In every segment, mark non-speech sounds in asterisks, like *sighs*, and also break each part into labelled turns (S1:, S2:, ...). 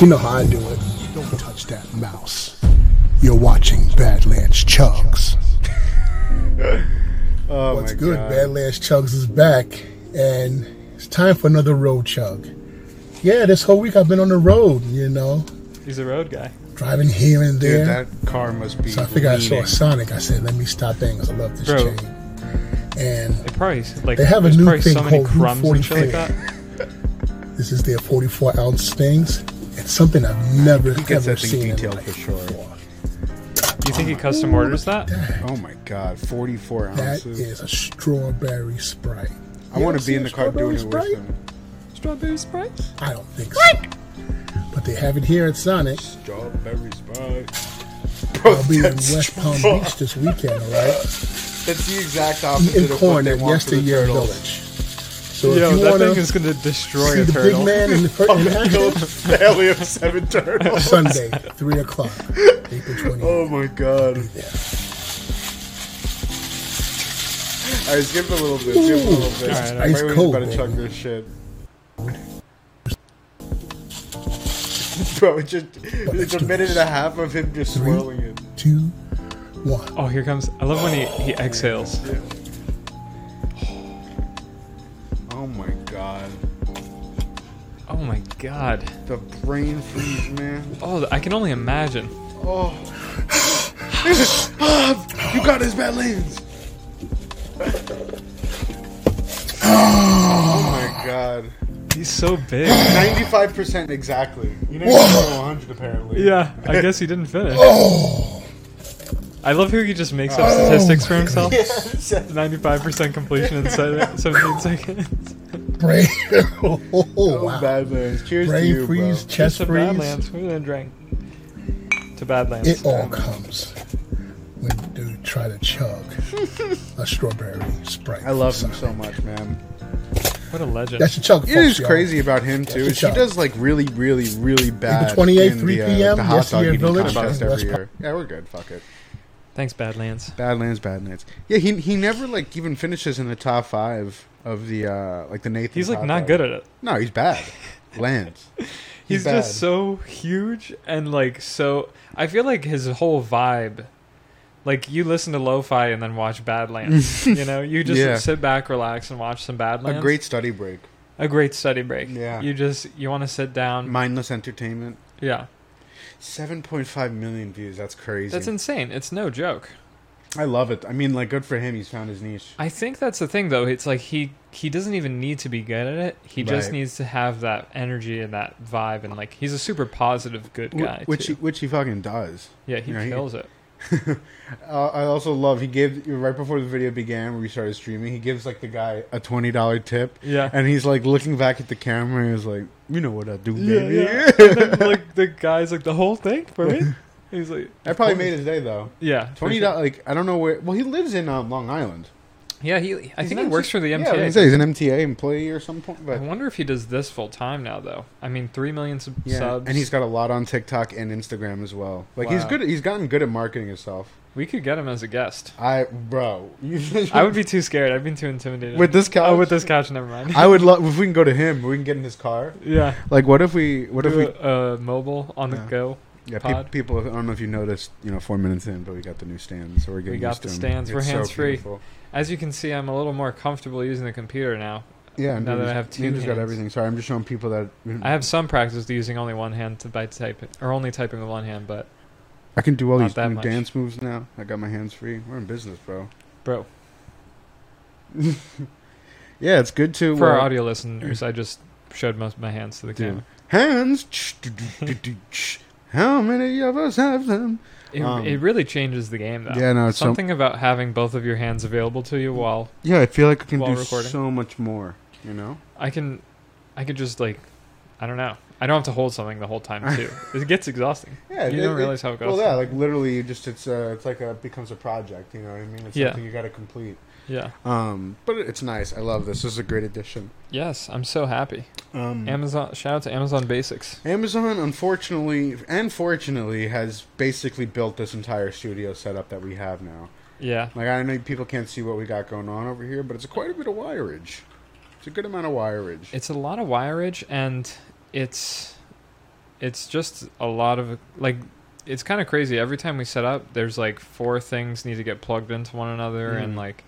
S1: You know how I do it. Don't touch that mouse. You're watching Badlands Chugs.
S2: Oh
S1: What's
S2: my
S1: good?
S2: God.
S1: Badlands Chugs is back, and it's time for another road chug. Yeah, this whole week I've been on the road, you know,
S3: He's a road guy.
S1: driving here and there.
S2: Dude, that car must be.
S1: So I figured I saw
S2: leaning.
S1: a Sonic. I said, let me stop in because I love this
S3: Bro.
S1: chain. And
S3: They probably like
S1: They have a
S3: there's
S1: new
S3: probably
S1: thing
S3: so many
S1: called Route
S3: crumbs and shit like
S1: 44.
S3: that.
S1: this is their 44 ounce things. It's something I've never,
S2: He gets
S1: ever
S2: that thing
S1: seen. in
S2: detailed
S1: life.
S2: for sure.
S3: You think he custom orders that?
S2: Oh my god, 44
S1: That
S2: ounces.
S1: is a strawberry sprite.
S2: I
S1: You
S2: want
S1: ever
S2: to be
S1: seen
S2: in
S1: a
S2: the car doing it
S1: strawberry
S2: with
S1: Sprite?
S2: him.
S3: Strawberry Sprite?
S1: I don't think so. But they have it here at Sonic.
S2: Strawberry *laughs* Sprite.
S1: I'll be in West Palm Beach this weekend, all right?
S2: That's the exact opposite
S1: In
S2: of what
S1: corn
S2: *laughs* they
S1: at
S2: want for the
S1: Yesteryear
S2: turtles.
S1: Village. So if
S3: Yo,
S1: you
S3: that
S1: want
S3: thing
S1: to
S3: is gonna
S1: see
S3: destroy a
S1: the big
S3: turtle.
S1: man
S2: *laughs*
S1: in, the, in action,
S2: Valley of Seven Turtles.
S1: Sunday, 3
S2: *laughs*
S1: o'clock, April 20th.
S2: Oh my god. Oh. Alright, skip a little bit. Skip a little bit.
S3: Alright, alright.
S2: Maybe
S1: Ice
S2: we
S1: cold,
S2: better
S1: baby.
S2: chuck this shit. Bro, it just, it's a minute and a half of him just swirling it.
S1: Two, one.
S3: Oh, here comes. I love when he, he exhales.
S2: Oh my god.
S3: Oh my god.
S2: The brain freeze, man.
S3: Oh, I can only imagine.
S1: *gasps*
S2: Oh. Ah, you got his bad lens. oh my god.
S3: He's so big.
S2: 95% exactly. You didn't go 100 apparently.
S3: Yeah, I guess he didn't finish.
S1: Oh,
S3: I love how he just makes up statistics for himself. 95% completion in se- 17 seconds.
S1: brain. *laughs* Oh, wow.
S2: Bad man. Cheers to
S1: Brain
S2: you,
S1: freeze,
S2: bro.
S1: chest
S3: to
S1: freeze.
S3: Badlands. We're gonna drink. To Badlands.
S1: It all comes when you try to chug a
S2: *laughs*
S1: strawberry sprite.
S2: I love him so much, man.
S3: What a legend.
S1: That's a chug.
S2: It is
S1: folks, y'all.
S2: crazy about him too. Is he
S1: job.
S2: does like really, really, really bad.
S1: April 28th,
S2: in
S1: 3
S2: the, uh,
S1: p.m.,
S2: The hot dog
S1: Yesteryear
S2: eating
S1: Village,
S2: contest
S1: West
S2: every
S1: Palm.
S2: year. Yeah, we're good. Fuck it.
S3: Thanks, Badlands.
S2: Badlands, Badlands. Yeah, he he never like even finishes in the top five of the uh like the Nathan.
S3: He's like not good at it.
S2: No, he's bad.
S3: *laughs*
S2: Lance.
S3: He's,
S2: bad.
S3: just so huge and like so. I feel like his whole vibe, like you listen to lo-fi and then
S2: *laughs*
S3: watch Badlands. you know, you just
S2: Yeah.
S3: sit back, relax, and watch some Badlands.
S2: a great study break.
S3: a great study break.
S2: Yeah.
S3: you just you want to sit down.
S2: Mindless entertainment.
S3: yeah,
S2: Seven point five million views. That's crazy.
S3: that's insane. It's no joke.
S2: I love it. I mean, like, good for him. He's found his niche.
S3: I think that's the thing though. It's like he he doesn't even need to be good at it. He just
S2: Right.
S3: needs to have that energy and that vibe and like he's a super positive good
S2: Wh-
S3: guy.
S2: which he,
S3: too.
S2: which he fucking does.
S3: yeah, he
S2: you know, he-
S3: kills it.
S2: Uh, I also love he gave right before the video began when we started streaming. He gives like the guy a twenty dollar tip,
S3: Yeah.
S2: and he's like looking back at the camera. and He's like, "You know what I do,
S3: Yeah,
S2: baby." *laughs*
S3: yeah. And then, like the guy's like the whole thing for me. He's like,
S2: That probably made his day though.
S3: yeah, for
S2: Twenty
S3: sure.
S2: dollars, like I don't know where. Well, he lives in um, Long Island.
S3: Yeah, he. I
S2: He's
S3: think
S2: an
S3: he works for the
S2: Yeah, I was gonna
S3: MTA.
S2: say he's an MTA employee or something.
S3: I
S2: But
S3: wonder if he does this full time now, though. I mean, three million sub-
S2: yeah,
S3: subs.
S2: and he's got a lot on TikTok and Instagram as well. Like he's
S3: Wow.
S2: good. He's gotten good at marketing himself.
S3: we could get him as a *laughs* guest.
S2: I bro, *laughs* you,
S3: I would be too scared. I've been too intimidated.
S2: with this couch.
S3: oh, with this couch, never *laughs* mind.
S2: I would love if we can go to him. We can get in his car.
S3: yeah.
S2: Like, what if we? What if
S3: Do
S2: we?
S3: a, uh, mobile on the
S2: Yeah.
S3: go.
S2: Yeah,
S3: pod.
S2: pe- people. I don't know if you noticed. You know, four minutes in, but we got the new stands, so we're getting. used
S3: got the
S2: to 'em.
S3: stands, we're
S2: It's so
S3: hands-free.
S2: beautiful.
S3: As you can see, I'm a little more comfortable using the computer now.
S2: Yeah,
S3: Now that I have two
S2: has got
S3: hands.
S2: everything. Sorry, I'm just showing people that
S3: I
S2: I,
S3: have some practice using only one hand to by typing, or only typing with one hand. But
S2: can do all
S3: Not
S2: these
S3: that
S2: new
S3: much.
S2: dance moves now. I got my hands free. We're in business, bro.
S3: bro,
S2: Yeah, it's good to
S3: for our
S2: uh,
S3: audio listeners, I just showed most of my hands to the
S2: do-
S3: camera.
S2: *laughs* Hands. How many of us have them?
S3: It,
S2: Um,
S3: it really changes the game, though.
S2: Yeah, no, it's so-
S3: something about having both of your hands available to you while
S2: Yeah, I feel like I can
S3: While
S2: do
S3: recording.
S2: so much more. You know,
S3: I can, I could just like, I don't know. I don't have to hold something the whole
S2: *laughs*
S3: time too. it gets exhausting.
S2: Yeah,
S3: you
S2: it-
S3: don't
S2: it-
S3: realize how it goes.
S2: well, yeah, like literally, you just it's uh, it's like a it becomes a project. You know what I mean? It's
S3: Yeah.
S2: something you got to complete.
S3: yeah.
S2: Um, but it's nice. I love this. This is a great addition.
S3: Yes, I'm so happy.
S2: Um,
S3: Amazon. Shout out to Amazon Basics.
S2: Amazon, unfortunately and fortunately, has basically built this entire studio setup that we have now.
S3: Yeah.
S2: Like I know people can't see what we got going on over here, but it's quite a bit of wireage. It's a good amount of wireage.
S3: It's a lot of wireage, and it's it's just a lot of like it's kind of crazy. Every time we set up, there's like four things need to get plugged into one another, and
S2: Mm.
S3: like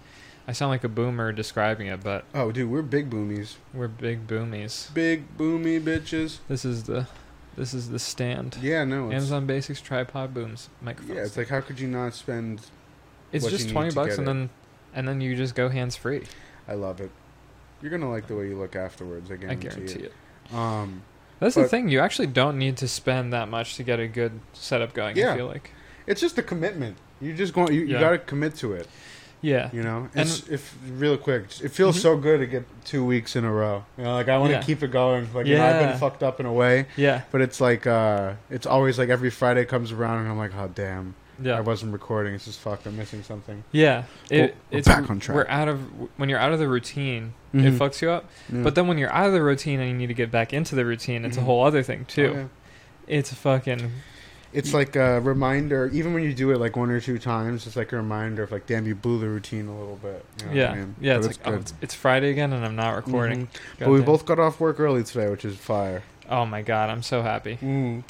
S3: I sound like a boomer describing it, but
S2: Oh, dude, we're big boomies.
S3: we're big boomies.
S2: Big boomy bitches.
S3: This is the this is the stand.
S2: Yeah, no. It's,
S3: Amazon Basics tripod booms microphone.
S2: yeah, it's
S3: stand.
S2: like how could you not spend?
S3: it's
S2: what you
S3: just
S2: need
S3: twenty
S2: to
S3: bucks,
S2: get
S3: and
S2: it.
S3: then and then you just go hands free.
S2: I love it. You're gonna like the way you look afterwards. I
S3: I
S2: guarantee,
S3: guarantee it.
S2: it. Um,
S3: That's the
S2: But-
S3: thing. You actually don't need to spend that much to get a good setup going. I
S2: Yeah.
S3: feel like.
S2: it's just a commitment. You just going. You,
S3: Yeah.
S2: you got to commit to it.
S3: Yeah.
S2: You know, it's if real quick, it feels
S3: Mhm.
S2: so good to get two weeks in a row. You know, like I want to
S3: Yeah.
S2: keep it going. Like you know, I've
S3: Yeah.
S2: been fucked up in a way,
S3: Yeah.
S2: but it's like uh it's always like every Friday comes around and I'm like, oh damn, I
S3: Yeah.
S2: wasn't recording. It's just fucked. I'm missing something.
S3: Yeah. It,
S2: we're
S3: it's
S2: back on track.
S3: We're out of when you're out of the routine,
S2: Mhm.
S3: it fucks you up.
S2: Yeah.
S3: But then when you're out of the routine and you need to get back into the routine, it's
S2: Mhm.
S3: a whole other thing too.
S2: Oh, yeah.
S3: It's fucking
S2: It's like a reminder. Even when you do it like one or two times, it's like a reminder of like, damn, you blew the routine a little bit. You know what I
S3: yeah.
S2: mean?
S3: Yeah,
S2: But
S3: it's like oh, it's, it's Friday again and I'm not recording.
S2: Mhm. But we
S3: Goddamn.
S2: both got off work early today, which is fire.
S3: Oh my god, I'm so happy.
S2: Mm.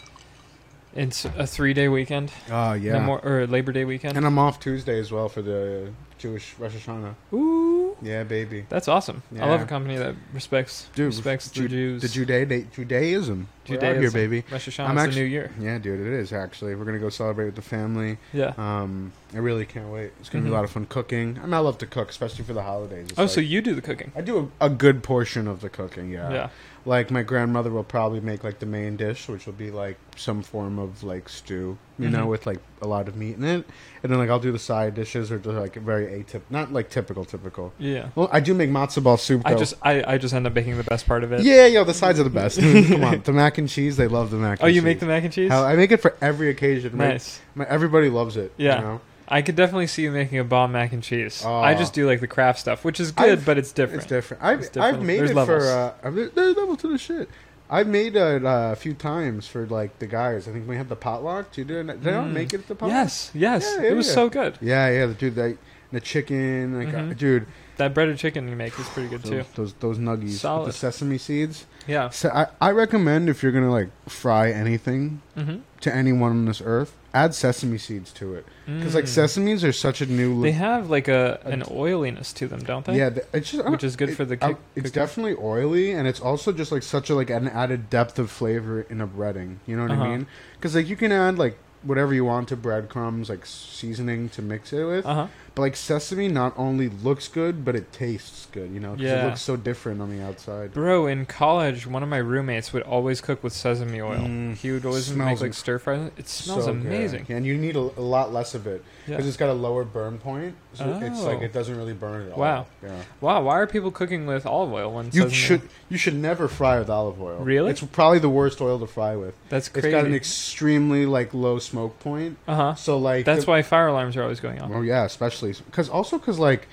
S3: It's a 3-day weekend.
S2: Oh
S3: Yeah.
S2: yeah.
S3: More, or Labor Day weekend.
S2: and I'm off Tuesday as well for the Jewish Rosh Hashanah.
S3: Ooh.
S2: Yeah, baby.
S3: That's awesome. I love a
S2: Yeah.
S3: company that respects
S2: Dude,
S3: respects the
S2: Ju-
S3: Jews.
S2: The Juda- Judaism. We're out here,
S3: Judaism.
S2: baby.
S3: Rosh
S2: I'm
S3: Hashanah's the
S2: actu-
S3: new year.
S2: Yeah, dude, it is actually. We're gonna go celebrate with the family.
S3: Yeah.
S2: Um, I really can't wait. It's gonna be
S3: Mhm.
S2: a lot of fun cooking. I, mean, I love to cook, especially for the holidays. It's
S3: oh,
S2: like-
S3: so you do the cooking.
S2: I do a, a good portion of the cooking.
S3: Yeah.
S2: Yeah. Like my grandmother will probably make like the main dish, which will be like some form of like stew, you know,
S3: Mhm.
S2: with like a lot of meat in it, and then like I'll do the side dishes or just like very atypical, not like typical, typical.
S3: Yeah.
S2: Well, I do make matzo ball soup.
S3: I
S2: though.
S3: just I, I just end up making the best part of it.
S2: Yeah, yo, the sides are the best. Mm, Come
S3: *laughs*
S2: on, the mac and cheese. They love the mac.
S3: Oh,
S2: and
S3: you
S2: cheese.
S3: make the mac and cheese?
S2: Hell, I make it for every occasion. My-
S3: nice.
S2: my- everybody loves it.
S3: Yeah.
S2: You know?
S3: I could definitely see you making a bomb mac and cheese.
S2: Aw.
S3: I just do like the craft stuff, which is good,
S2: I've-
S3: but it's different.
S2: It's different. I've,
S3: It's different.
S2: I've made
S3: There's
S2: it
S3: levels.
S2: for. Uh, I've- there's levels to the shit. I've made it uh, a few times for like the guys. I think we had the potluck. Did you do it? Did I not
S3: Mm.
S2: make it at the potluck?
S3: Yes, yes,
S2: Yeah, yeah,
S3: it was
S2: yeah.
S3: so good.
S2: Yeah, yeah. The dude that the chicken. Like, uh,
S3: Mhm.
S2: dude,
S3: That breaded chicken you make is pretty good too.
S2: those, those those nuggies
S3: Solid.
S2: with the sesame seeds.
S3: Yeah.
S2: So I, I recommend if you're gonna like fry anything
S3: Mm-hmm.
S2: to anyone on this earth, add sesame seeds to it because like sesemes are such a new.
S3: Mm. they have like a an oiliness to them, don't they?
S2: yeah, th- it's just, I
S3: Which
S2: don't-
S3: is good
S2: it-
S3: for the
S2: I-
S3: cook-
S2: It's
S3: cooking.
S2: definitely oily, and it's also just like such a like an added depth of flavor in a breading. You know what
S3: Uh-huh.
S2: I mean? Because like you can add like whatever you want to breadcrumbs, like seasoning to mix it with.
S3: Uh huh.
S2: But like sesame, not only looks good, but it tastes good. You know, 'cause
S3: Yeah.
S2: it looks so different on the outside.
S3: Bro, in college, one of my roommates would always cook with sesame oil.
S2: Mm.
S3: He would always
S2: Smells
S3: make like
S2: inc-
S3: stir fries. It smells
S2: So good.
S3: amazing.
S2: and you need a, a lot less of it
S3: Yeah.
S2: because it's got a lower burn point. So it's
S3: Oh.
S2: like it doesn't really burn at all.
S3: Wow.
S2: Yeah.
S3: Wow, why are people cooking with olive oil when
S2: You
S3: sesame
S2: should you should never fry with olive oil.
S3: Really?
S2: It's probably the worst oil to fry with.
S3: That's crazy.
S2: It's got an extremely like low smoke point.
S3: uh huh.
S2: So like
S3: That's
S2: the,
S3: why fire alarms are always going off.
S2: Oh yeah, especially because also because like,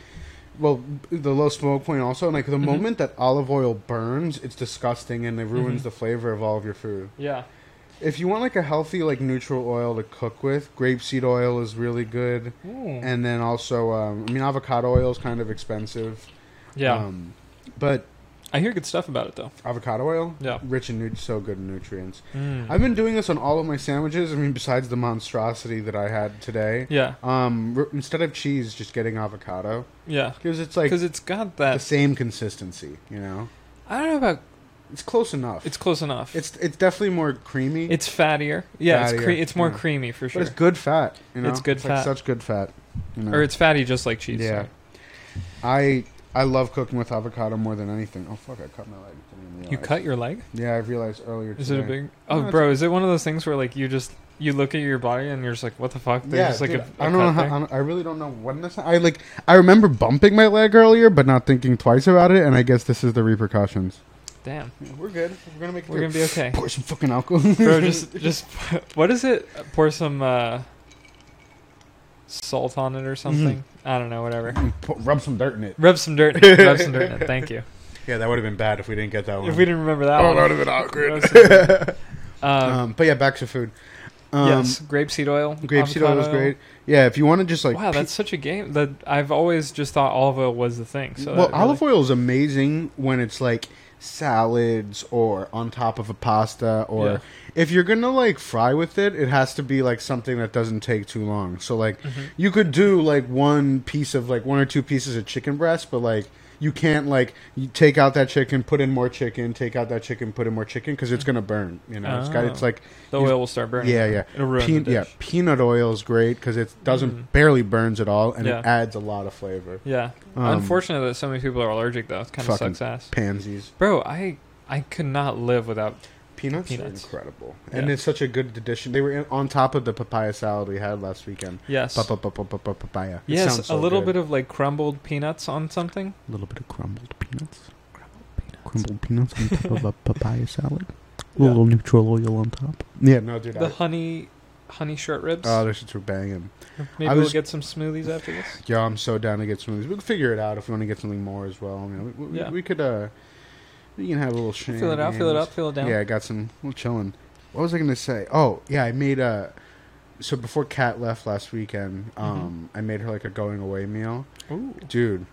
S2: well, the low smoke point also and like the
S3: Mm-hmm.
S2: moment that olive oil burns, it's disgusting and it ruins
S3: Mm-hmm.
S2: the flavor of all of your food.
S3: Yeah.
S2: If you want like a healthy like neutral oil to cook with, grapeseed oil is really good,
S3: Mm.
S2: and then also um, I mean avocado oil is kind of expensive.
S3: yeah.
S2: Um, but
S3: I hear good stuff about it though.
S2: avocado oil,
S3: Yeah.
S2: rich in nu- so good in nutrients.
S3: Mm.
S2: I've been doing this on all of my sandwiches. I mean, besides the monstrosity that I had today.
S3: yeah.
S2: Um, r- instead of cheese, just getting avocado
S3: Yeah.
S2: because it's like
S3: Because it's got
S2: the
S3: that.
S2: same consistency. You know,
S3: I don't know about.
S2: it's close enough.
S3: It's
S2: It's
S3: close enough.
S2: it's it's definitely more creamy,
S3: It's fattier. Yeah, it's cre-
S2: Fattier,
S3: it's more
S2: yeah.
S3: creamy for
S2: but
S3: sure.
S2: it's good fat. You know,
S3: It's good fat.
S2: Like such good fat. You know?
S3: Or it's fatty just like cheese.
S2: Mm. yeah.
S3: sorry.
S2: I I love cooking with avocado more than anything. Oh fuck! I cut my leg. Didn't even
S3: You
S2: realize.
S3: cut your leg?
S2: Yeah, I realized earlier.
S3: Is it a
S2: today.
S3: big Oh
S2: No,
S3: bro, is it one of those things where like you just you look at your body and you're just like what the fuck? There's
S2: yeah,
S3: just like
S2: dude, I
S3: a, a
S2: don't know.
S3: cut
S2: How, I,
S3: there.
S2: don't- I really don't know when this. I like. I remember bumping my leg earlier, but not thinking twice about it. And I guess this is the repercussions. *laughs*
S3: Damn.
S2: we're good. We're gonna make.
S3: We're going to be okay.
S2: pour some fucking *laughs* alcohol.
S3: bro, just just *laughs* what is it? Pour some uh salt on
S2: Mm-hmm.
S3: it or something. I don't know, whatever.
S2: rub some dirt in it.
S3: Rub some dirt. in it. Rub some dirt
S2: *laughs*
S3: in it. Thank you.
S2: Yeah, that would have been bad if we didn't get that one.
S3: If we didn't remember that
S2: oh,
S3: one.
S2: that would have been awkward.
S3: Rub some dirt.
S2: *laughs* Um,
S3: Um,
S2: but yeah, back to food. Um,
S3: yes, grapeseed oil.
S2: Grapeseed oil is
S3: avocado.
S2: great. Yeah, if you want to just like
S3: wow,
S2: pe-
S3: that's such a game that I've always just thought olive oil was the thing. So
S2: well,
S3: that really-
S2: olive oil is amazing when it's like salads or on top of a pasta or
S3: Yeah.
S2: if you're gonna like fry with it it has to be like something that doesn't take too long so like you could do like one piece of like one or two pieces of chicken breast but like you can't like you take out that chicken put in more chicken take out that chicken put in more chicken because it's gonna burn you know it's got it's
S3: Oh.
S2: like
S3: *laughs* The
S2: you-
S3: oil will start burning.
S2: yeah, yeah.
S3: It'll ruin
S2: Pean-
S3: the
S2: yeah,
S3: dish. Mm.
S2: peanut oil is great because it doesn't barely burns at all, and
S3: Yeah.
S2: it adds a lot of flavor.
S3: Yeah. Unfortunate that so many people are allergic though. It kind of
S2: Um, Fucking
S3: sucks ass.
S2: Um, Pansies,
S3: Bro, I I could not live without.
S2: peanuts, are
S3: Peanuts.
S2: incredible, and
S3: Yeah.
S2: it's such a good addition. They were in, on top of the papaya salad we had last weekend.
S3: Yes.
S2: Pa- pa- pa- pa- pa- pa- Papaya.
S3: yes, a little bit of like crumbled peanuts on something.
S2: a little bit of crumbled peanuts, crumbled peanuts on top of a papaya salad.
S3: Yeah.
S4: little neutral oil on top.
S2: Yeah, no, dude.
S3: The
S2: I,
S3: honey honey short ribs.
S2: oh, those shits were banging.
S3: Maybe
S2: I
S3: we'll
S2: was-
S3: get some smoothies after this.
S2: Yo, I'm so down to get smoothies. We can figure it out if we want to get something more as well. You know, we, we,
S3: Yeah.
S2: we could. uh We can have a little. Shenanigans.
S3: Feel it out, feel it up, feel it down.
S2: Yeah, I got some little chilling. What was I gonna say? Oh, yeah, I made a. So before Kat left last weekend,
S3: Mm-hmm.
S2: um, I made her like a going away meal,
S3: Ooh.
S2: dude.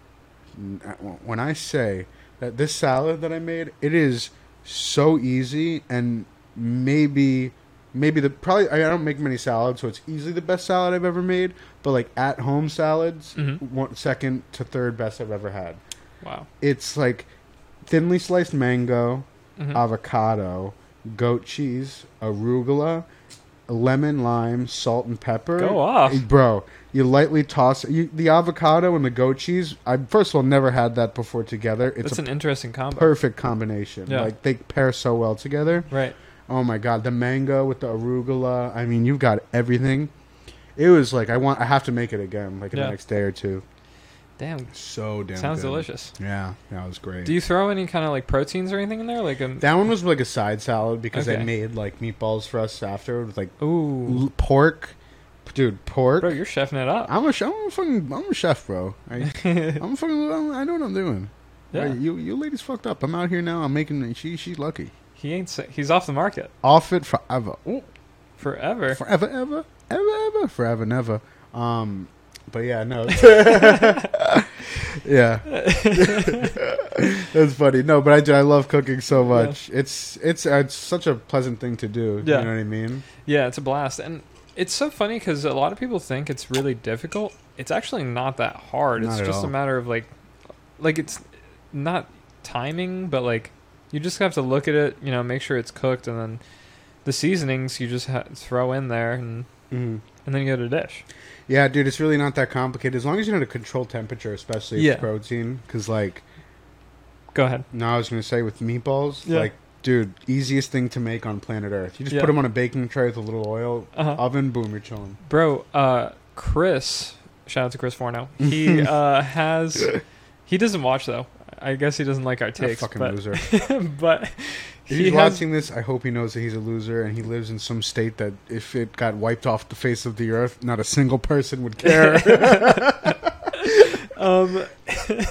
S2: n- uh, When I say that this salad that I made, it is so easy and maybe, maybe the probably I don't make many salads, so it's easily the best salad I've ever made. But like at home salads,
S3: Mhm.
S2: one, second to third best I've ever had.
S3: Wow.
S2: It's like thinly sliced mango,
S3: Mhm.
S2: Uh, avocado, goat cheese, arugula, lemon, lime, salt, and pepper.
S3: Go off. *laughs*
S2: Hey, bro! You lightly toss you, the avocado and the goat cheese. I first of all never had that before together. It's
S3: That's
S2: a
S3: an interesting combo.
S2: perfect combination.
S3: Yeah.
S2: Like they pair so well together.
S3: right.
S2: Oh my god, the mango with the arugula. I mean, you've got everything. It was like I want. I have to make it again, like in
S3: Yeah.
S2: the next day or two.
S3: Damn.
S2: So damn.
S3: Sounds
S2: good.
S3: delicious.
S2: Yeah, that was great.
S3: Do you throw any kind of like proteins or anything in there? Like um, a
S2: That one was like a side salad because
S3: Okay.
S2: they made like meatballs for us after with like
S3: ooh,
S2: l- pork, dude, pork.
S3: bro, you're chefing it up.
S2: I'm a chef. I'm a fucking. I'm a chef, bro. I,
S3: *laughs*
S2: I'm a fucking. I'm, I know what I'm doing.
S3: Yeah.
S2: Right, you you ladies fucked up. I'm out here now. I'm making. She she lucky.
S3: He ain't. Sick. He's off the market
S2: Off it forever. Ooh,
S3: forever.
S2: forever ever ever ever forever never. Um, but yeah,
S3: *laughs*
S2: no. *laughs* yeah. *laughs* That's funny. No, but I do. I love cooking so much. It's it's uh, it's such a pleasant thing to do.
S3: Yeah.
S2: You know what I mean?
S3: Yeah, it's a blast, and it's so funny because a lot of people think it's really difficult. It's actually not that hard.
S2: Not
S3: it's
S2: at
S3: just
S2: all.
S3: a matter of like, like it's not timing, but like you just have to look at it. You know, make sure it's cooked, and then the seasonings you just ha- throw in there, and
S2: Mm-hmm.
S3: and then you get a dish.
S2: Yeah, dude, it's really not that complicated as long as you know how to control temperature, especially if
S3: Yeah.
S2: it's protein. Because like,
S3: Go ahead.
S2: no, I was gonna say with meatballs,
S3: Yeah.
S2: like, dude, easiest thing to make on planet Earth. You just
S3: Yeah.
S2: put them on a baking tray with a little oil,
S3: Uh-huh.
S2: oven, boom, you're chilling.
S3: bro uh chris shout out to chris forno
S2: *laughs*
S3: he uh has he doesn't watch though i guess he doesn't like our
S2: What a
S3: takes
S2: fucking
S3: but, *laughs*
S2: loser. If
S3: but
S2: he's
S3: he has,
S2: watching this, I hope he knows that he's a loser and he lives in some state that if it got wiped off the face of the earth, not a single person would *laughs* care.
S3: *laughs* um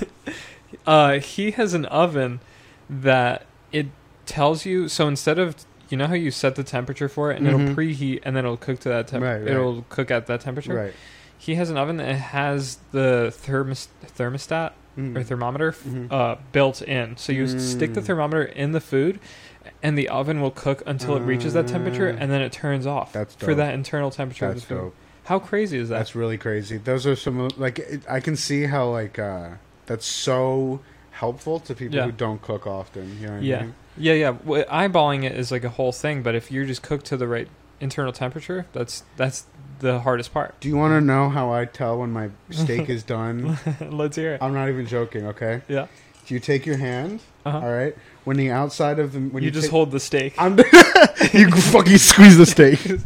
S3: *laughs* uh he has an oven that it tells you so instead of you know how you set the temperature for it and
S2: Mhm.
S3: it'll preheat and then it'll cook to that temperature
S2: Right, right.
S3: it'll cook at that temperature
S2: right.
S3: he has an oven that has the thermos thermostat
S2: Mm-hmm.
S3: or thermometer f
S2: Mhm.
S3: uh, built in. So you s stick the
S2: Mm.
S3: thermometer in the food, and the oven will cook until it reaches that temperature,
S2: Ah.
S3: and then it turns off
S2: That's
S3: for
S2: dope.
S3: that internal temperature.
S2: That's
S3: of the food.
S2: dope.
S3: How crazy is that?
S2: That's really crazy. Those are some of- like it, I can see how like uh that's so helpful to people
S3: Yeah.
S2: who don't cook often. You know what I
S3: yeah,
S2: mean?
S3: yeah, yeah. W- eyeballing it is like a whole thing, but if you're just cooked to the right internal temperature, that's that's the hardest
S2: *laughs*
S3: part.
S2: Do you want to know how I tell when my steak is done?
S3: Let's hear it.
S2: I'm not even joking. Okay.
S3: Yeah.
S2: Do you take your hand?
S3: Uh-huh.
S2: all right. When the outside of the when
S3: you,
S2: you,
S3: just
S2: ta-
S3: hold the steak.
S2: I'm *laughs* you fucking squeeze the steak.
S3: *laughs* just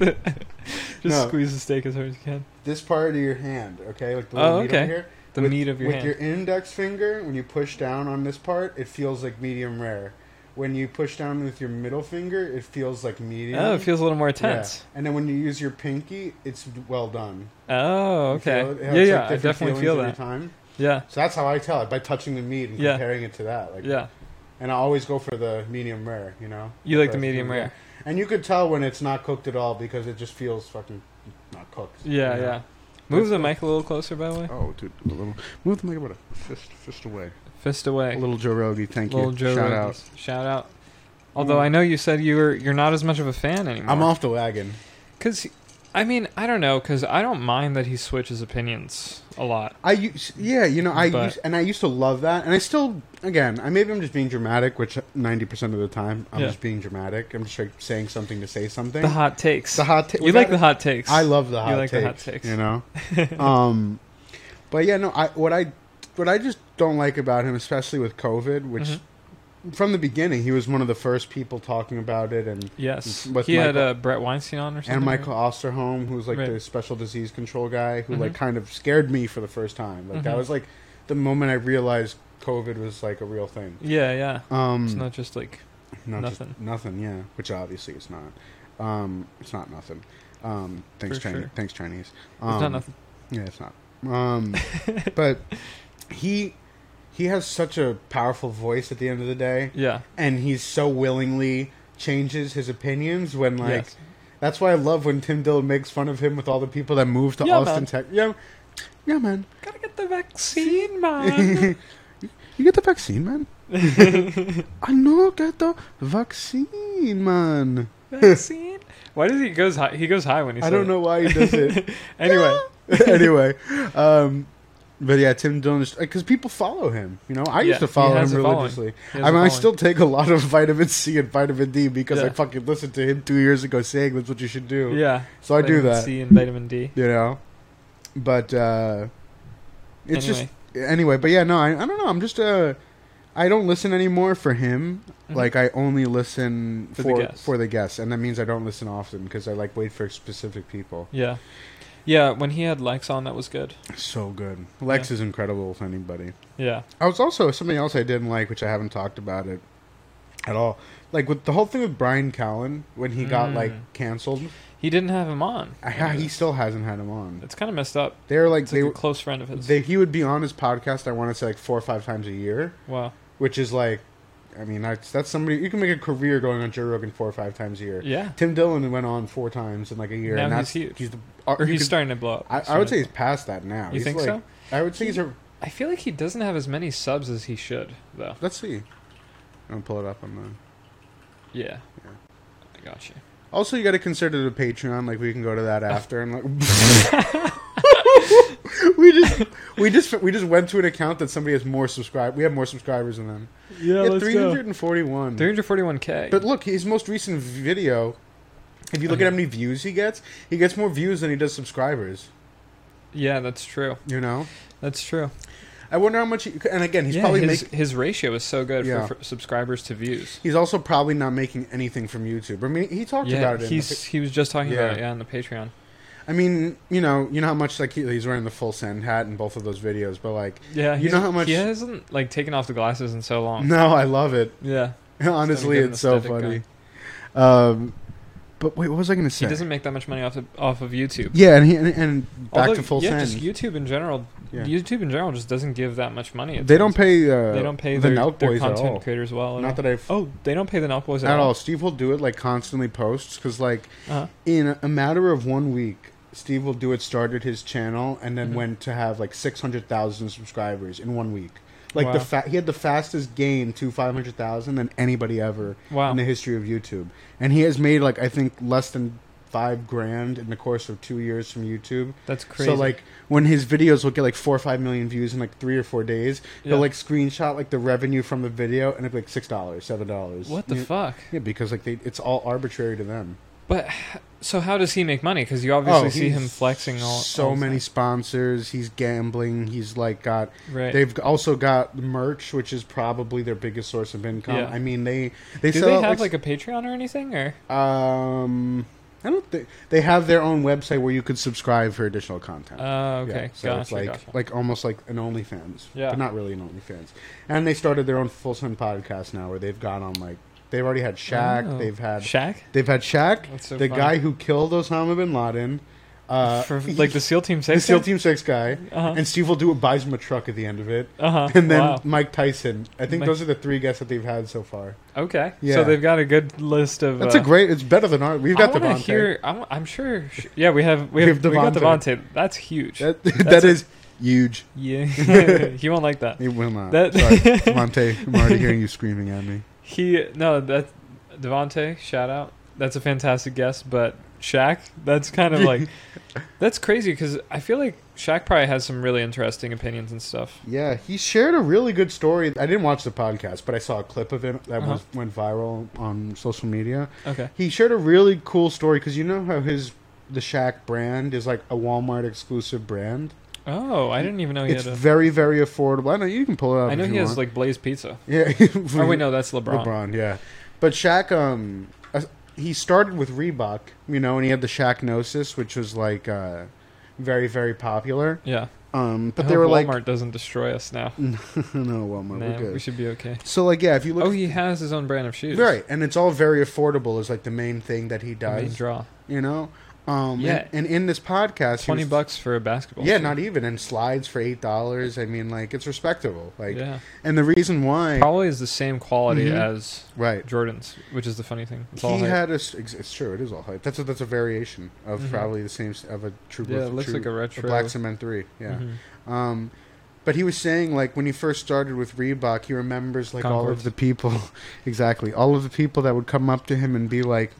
S2: No.
S3: squeeze the steak as hard as you can.
S2: This part of your hand, okay, like the
S3: Oh,
S2: little meat
S3: okay.
S2: over here.
S3: The
S2: with,
S3: meat of your
S2: with
S3: hand.
S2: your index finger, when you push down on this part, it feels like medium rare. When you push down with your middle finger, it feels like medium.
S3: Oh, it feels a little more
S2: Yeah.
S3: tense.
S2: And then when you use your pinky, it's well done.
S3: Oh,
S2: You
S3: okay.
S2: feel it? It has,
S3: yeah,
S2: like,
S3: yeah. I
S2: different feelings
S3: definitely feel
S2: every
S3: that.
S2: time.
S3: Yeah,
S2: So that's how I tell it by touching the meat and
S3: Yeah.
S2: comparing it to that. Like,
S3: yeah.
S2: And I always go for the medium rare. You know.
S3: You like the
S2: First,
S3: medium
S2: yeah.
S3: rare.
S2: And you could tell when it's not cooked at all because it just feels fucking not cooked.
S3: Yeah,
S2: you
S3: yeah.
S2: know?
S3: Move the mic a little closer, by the way.
S2: Oh, dude, a little. Move the mic about a fist, fist away.
S3: Fist away.
S2: Little Joe Rogi, thank
S3: Little
S2: you.
S3: Joe
S2: Shout
S3: Rogan's.
S2: out. Mm.
S3: Shout out. Although I know you said you were you're not as much of a fan anymore.
S2: I'm off the wagon.
S3: Cause, I mean, I don't know. Cause I don't mind that he switches opinions a lot.
S2: I used, yeah, you know, I
S3: But-
S2: used, and I used to love that, and I still, again, I maybe I'm just being dramatic, which ninety percent of the time I'm
S3: Yeah.
S2: just being dramatic. I'm just like saying something to say something.
S3: The hot takes.
S2: The hot ta-
S3: you like the hot takes.
S2: I love the hot
S3: You like the
S2: takes.
S3: hot takes.
S2: You
S3: *laughs*
S2: know, um, but yeah, no, I what I what I just don't like about him, especially with COVID,
S3: Mm-hmm.
S2: which from the beginning he was one of the first people talking about it, and
S3: Yes.
S2: With
S3: he had
S2: Michael-
S3: uh, Brett Weinstein on or something.
S2: and
S3: right?
S2: Michael Osterholm, who was like
S3: Right.
S2: the special disease control guy, who
S3: Mhm.
S2: like kind of scared me for the first time. Like that
S3: Mhm.
S2: was like the moment I realized COVID was like a real thing.
S3: Yeah, yeah.
S2: Um,
S3: It's not just like
S2: not
S3: nothing.
S2: Just, nothing, yeah. Which obviously it's not. Um, it's not nothing. Um, thanks,
S3: For
S2: Chinese.
S3: sure.
S2: Thanks, Chinese.
S3: it's
S2: Um,
S3: not nothing.
S2: Yeah, it's not.
S3: *laughs*
S2: Um, but he he has such a powerful voice at the end of the day,
S3: Yeah.
S2: and he so willingly changes his opinions when like
S3: yes.
S2: that's why I love when Tim Dillon makes fun of him with all the people that moved to
S3: Yeah,
S2: Austin,
S3: man.
S2: Texas. Yeah, yeah, man.
S3: Gotta get
S2: *laughs*
S3: the vaccine, man.
S2: you get the vaccine,
S3: *laughs*
S2: man. I know, get the vaccine, man.
S3: vaccine. Why does he goes high? He goes high when he.
S2: I
S3: said
S2: don't
S3: it.
S2: know why he does it.
S3: *laughs* Anyway.
S2: *laughs* anyway, um, but yeah, Tim Dillon, because people follow him. You know, I
S3: Yeah,
S2: used to
S3: he
S2: follow
S3: has
S2: him
S3: a following.
S2: religiously.
S3: He
S2: I mean,
S3: has a
S2: I
S3: following.
S2: still take a lot of *laughs* vitamin C and vitamin D because I
S3: Yeah.
S2: fucking listened to him two years ago saying that's what you should do.
S3: Yeah.
S2: So I do
S3: vitamin
S2: that.
S3: C and vitamin D.
S2: You know, but uh, it's
S3: anyway.
S2: just anyway. But yeah, no, I, I don't know. I'm just uh, I don't listen anymore for him.
S3: Mhm.
S2: Like I only listen
S3: For
S2: for
S3: the
S2: for the,
S3: guests.
S2: guests, and that means I don't listen often because I like wait for specific people.
S3: Yeah. Yeah, when he had Lex on, that was good.
S2: So good. Lex is incredible with anybody.
S3: Yeah.
S2: I was also something else I didn't like, which I haven't talked about it at all. Like with the whole thing with Brian Callen when he got
S3: Mm.
S2: like canceled,
S3: He didn't have him on.
S2: I, he still hasn't had him on.
S3: It's kind of messed up.
S2: They're like
S3: It's like
S2: they,
S3: a close friend of his.
S2: they he would be on his podcast. I want to say like four or five times a year,
S3: wow.
S2: which is like, I mean that's that's somebody you can make a career going on Joe Rogan four or five times a year.
S3: Yeah.
S2: Tim Dillon went on four times in like a year.
S3: Now
S2: and that's,
S3: he's huge.
S2: He's the, uh,
S3: Or
S2: you
S3: he's
S2: could-
S3: starting to blow up.
S2: I,
S3: He's
S2: I would say
S3: starting
S2: he's
S3: to
S2: past that now.
S3: You
S2: He's
S3: think
S2: like,
S3: so?
S2: I would say he's a.
S3: blow up. I feel like he doesn't have as many subs as he should, though.
S2: Let's see. I'm gonna pull it up on the.
S3: Yeah.
S2: Yeah.
S3: I got you.
S2: Also, you got to consider the Patreon. Like, we can go to that after, and like, *laughs* we just, we just, we just went to an account that somebody has more subscribe. We have more subscribers than them.
S3: Yeah,
S2: Yeah, three hundred and forty-one.
S3: 341k.
S2: But look, his most recent video. If you look
S3: Okay.
S2: at how many views he gets, he gets more views than he does subscribers.
S3: yeah, that's true.
S2: You know,
S3: That's true.
S2: I wonder how much. He, and again, he's
S3: yeah,
S2: probably
S3: his,
S2: making.
S3: his ratio is so good
S2: Yeah.
S3: for, for subscribers to views.
S2: He's also probably not making anything from YouTube. I mean, he talked
S3: Yeah,
S2: about it. in the
S3: he's he was just talking about
S2: Yeah.
S3: it yeah, on the Patreon.
S2: I mean, you know, you know how much like he, he's wearing the full send hat in both of those videos, but like,
S3: Yeah,
S2: You
S3: he's-
S2: know how much-
S3: he hasn't like taken off the glasses in so long.
S2: no, I love
S3: *laughs*
S2: it.
S3: Yeah,
S2: Honestly,
S3: good
S2: it's so
S3: aesthetic
S2: funny. Um, but wait, what was I going to say?
S3: he doesn't make that much money off of, off of YouTube.
S2: Yeah, and he, and, and back
S3: Although,
S2: to full
S3: yeah,
S2: send.
S3: Just YouTube in general,
S2: Yeah.
S3: YouTube in general just doesn't give that much money. It
S2: They don't
S3: seems.
S2: pay. Uh,
S3: They don't pay
S2: the
S3: their,
S2: Nelk
S3: their
S2: Boys at
S3: content
S2: all.
S3: creators well. at all.
S2: Not that I've
S3: oh, they don't pay the Nelk boys
S2: at all. Steve will do it like constantly posts because like
S3: Uh-huh.
S2: in a matter of one week. Steve will do it. Started his channel and then
S3: Mhm.
S2: went to have like six hundred thousand subscribers in one week. Like
S3: Wow.
S2: the fa- he had the fastest gain to five hundred thousand than anybody ever
S3: Wow.
S2: in the history of YouTube. And he has made like I think less than five grand in the course of two years from YouTube.
S3: That's crazy.
S2: So like when his videos will get like four or five million views in like three or four days,
S3: Yeah.
S2: he'll like screenshot like the revenue from the video and it'll be like six dollars, seven dollars.
S3: what the
S2: yeah,
S3: fuck?
S2: Yeah, because like they, it's all arbitrary to them.
S3: But so how does he make money? Because you obviously see
S2: Oh, he's
S3: him flexing all
S2: so
S3: all the
S2: many
S3: time.
S2: sponsors. He's gambling. He's like got
S3: Right?
S2: They've also got merch, which is probably their biggest source of income.
S3: Yeah.
S2: I mean, they they
S3: Do
S2: sell
S3: they
S2: out,
S3: have like a Patreon or anything? Or
S2: um, I don't think they have their own website where you could subscribe for additional content.
S3: oh, okay,
S2: Yeah, so
S3: gotcha,
S2: it's like
S3: gotcha.
S2: like almost like an OnlyFans,
S3: Yeah.
S2: but not really an OnlyFans. And they started their own Full Sun podcast now, where they've gone on like they've already had Shaq,
S3: Oh.
S2: they've had
S3: Shaq
S2: they've had Shaq,
S3: That's so
S2: the
S3: funny.
S2: guy who killed Osama bin Laden, uh,
S3: for like the SEAL Team
S2: *laughs* the
S3: Six.
S2: SEAL Team Six guy,
S3: Uh huh.
S2: and Steve will do it buys him a truck at the end of
S3: *laughs*
S2: it.
S3: Uh-huh.
S2: and then
S3: wow.
S2: Mike Tyson. I think
S3: Mike-
S2: those are the three guests that they've had so far.
S3: okay,
S2: Yeah.
S3: so they've got a good list of.
S2: That's
S3: uh,
S2: a great. It's better than ours. We've
S3: I
S2: got the
S3: wanna
S2: Devontae.
S3: hear- I'm, I'm sure. sh- Yeah, we have. We
S2: We
S3: have.
S2: have
S3: We got
S2: Devontae.
S3: Devontae. That's huge.
S2: That, *laughs*
S3: That's
S2: that
S3: a-
S2: is Huge. *laughs*
S3: Yeah, *laughs* he won't like that.
S2: It will not.
S3: That-
S2: *laughs*
S3: *laughs*
S2: Sorry, Monte. I'm already hearing you screaming at me.
S3: He no that Devonte shout out. That's a fantastic guess, but Shaq. That's kind of
S2: *laughs*
S3: like that's crazy because I feel like Shaq probably has some really interesting opinions and stuff.
S2: Yeah, he shared a really good story. I didn't watch the podcast, but I saw a clip of him that
S3: Uh-huh.
S2: was, went viral on social media.
S3: Okay.
S2: He shared a really cool story because you know how his the Shaq brand is like a Walmart exclusive brand.
S3: Oh, I didn't even know he
S2: it's
S3: had a.
S2: very very affordable. I know you can pull it up.
S3: I know
S2: if
S3: he
S2: you
S3: has
S2: want.
S3: like Blaze Pizza.
S2: *laughs* yeah.
S3: Oh wait, no, that's
S2: *laughs*
S3: LeBron.
S2: LeBron, yeah. But Shaq, um, uh, he started with Reebok, you know, and he had the Shaq Gnosis, which was like uh, very, very popular.
S3: Yeah.
S2: Um, but
S3: I
S2: they
S3: hope
S2: were
S3: Oh, Walmart
S2: like,
S3: doesn't destroy us now.
S2: *laughs* no, Walmart,
S3: Nah,
S2: we're good.
S3: we should be okay.
S2: So like, yeah, if you look,
S3: Oh, he has his own brand of shoes.
S2: right, and it's all very affordable is like the main thing that he
S3: And they
S2: does,
S3: draw
S2: you know. Um,
S3: Yeah.
S2: and, and in this podcast, he
S3: twenty
S2: was-
S3: bucks for a basketball.
S2: Yeah,
S3: shoe.
S2: not even and slides for eight dollars. I mean, like it's respectable. Like,
S3: yeah.
S2: and the reason why,
S3: Probably is the same quality
S2: Mhm.
S3: as
S2: right?
S3: Jordan's, which is the funny thing. It's all
S2: he
S3: hype.
S2: had a. s- ex- It's true. It is all hype. That's a, that's a variation of
S3: Mhm.
S2: probably the same s- of a true.
S3: yeah, it looks
S2: true,
S3: like a retro.
S2: Black Cement Three. Yeah.
S3: Mhm.
S2: Um, but he was saying like when he first started with Reebok, he remembers like all
S3: Concords.
S2: of the people, *laughs* exactly all of the people that would come up to him and be like,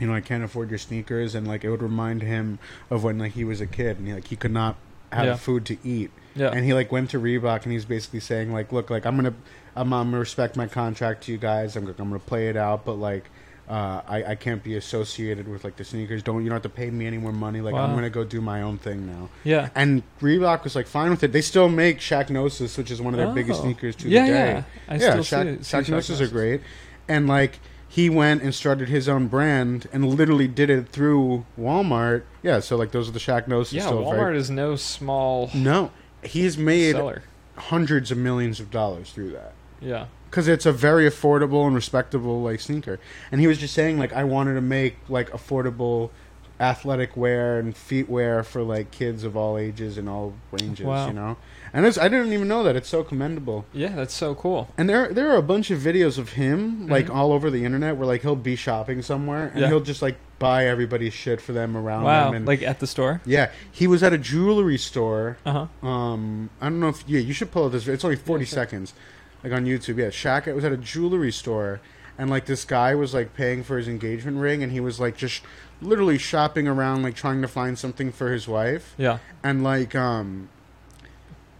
S2: you know, I can't afford your sneakers, and like it would remind him of when like he was a kid and he, like he could not have
S3: Yeah.
S2: food to eat
S3: Yeah.
S2: and he like went to Reebok and he's basically saying like, look, like I'm gonna, I'm, I'm gonna respect my contract to you guys. I'm, I'm gonna play it out, but like, uh, I, I can't be associated with like the sneakers. Don't you don't have to pay me any more money. Like I'm
S3: Wow.
S2: gonna go do my own thing now.
S3: yeah.
S2: And Reebok was like fine with it. They still make Shaq Gnosis, which is one of their biggest
S3: Oh.
S2: sneakers to
S3: yeah,
S2: the day.
S3: Yeah, I
S2: yeah,
S3: still see,
S2: Shaq,
S3: see
S2: Shaq Gnosis are
S3: Gnosis.
S2: great, and like. He went and started his own brand and literally did it through Walmart. Yeah, so like those are the Shaq Gnosis.
S3: Yeah,
S2: still
S3: Walmart
S2: very-
S3: is no small
S2: No, he's made
S3: seller.
S2: hundreds of millions of dollars through that
S3: Yeah.
S2: because it's a very affordable and respectable like sneaker and he was just saying like i wanted to make like affordable athletic wear and feet wear for like kids of all ages and all ranges
S3: Wow.
S2: you know and it's, i didn't even know that it's so commendable
S3: Yeah, that's so cool.
S2: and there, there are a bunch of videos of him like
S3: Mhm.
S2: all over the internet where like he'll be shopping somewhere and
S3: Yeah.
S2: he'll just like buy everybody's shit for them around
S3: Wow.
S2: him and
S3: Like at the store.
S2: yeah he was at a jewelry store
S3: Uh huh.
S2: um, I don't know if yeah, you should pull up this. It's only forty
S3: Yeah, sure.
S2: seconds, like on YouTube. Yeah, Shaq it was at a jewelry store, and like this guy was like paying for his engagement ring, and he was like just literally shopping around, like trying to find something for his wife,
S3: Yeah.
S2: and like um,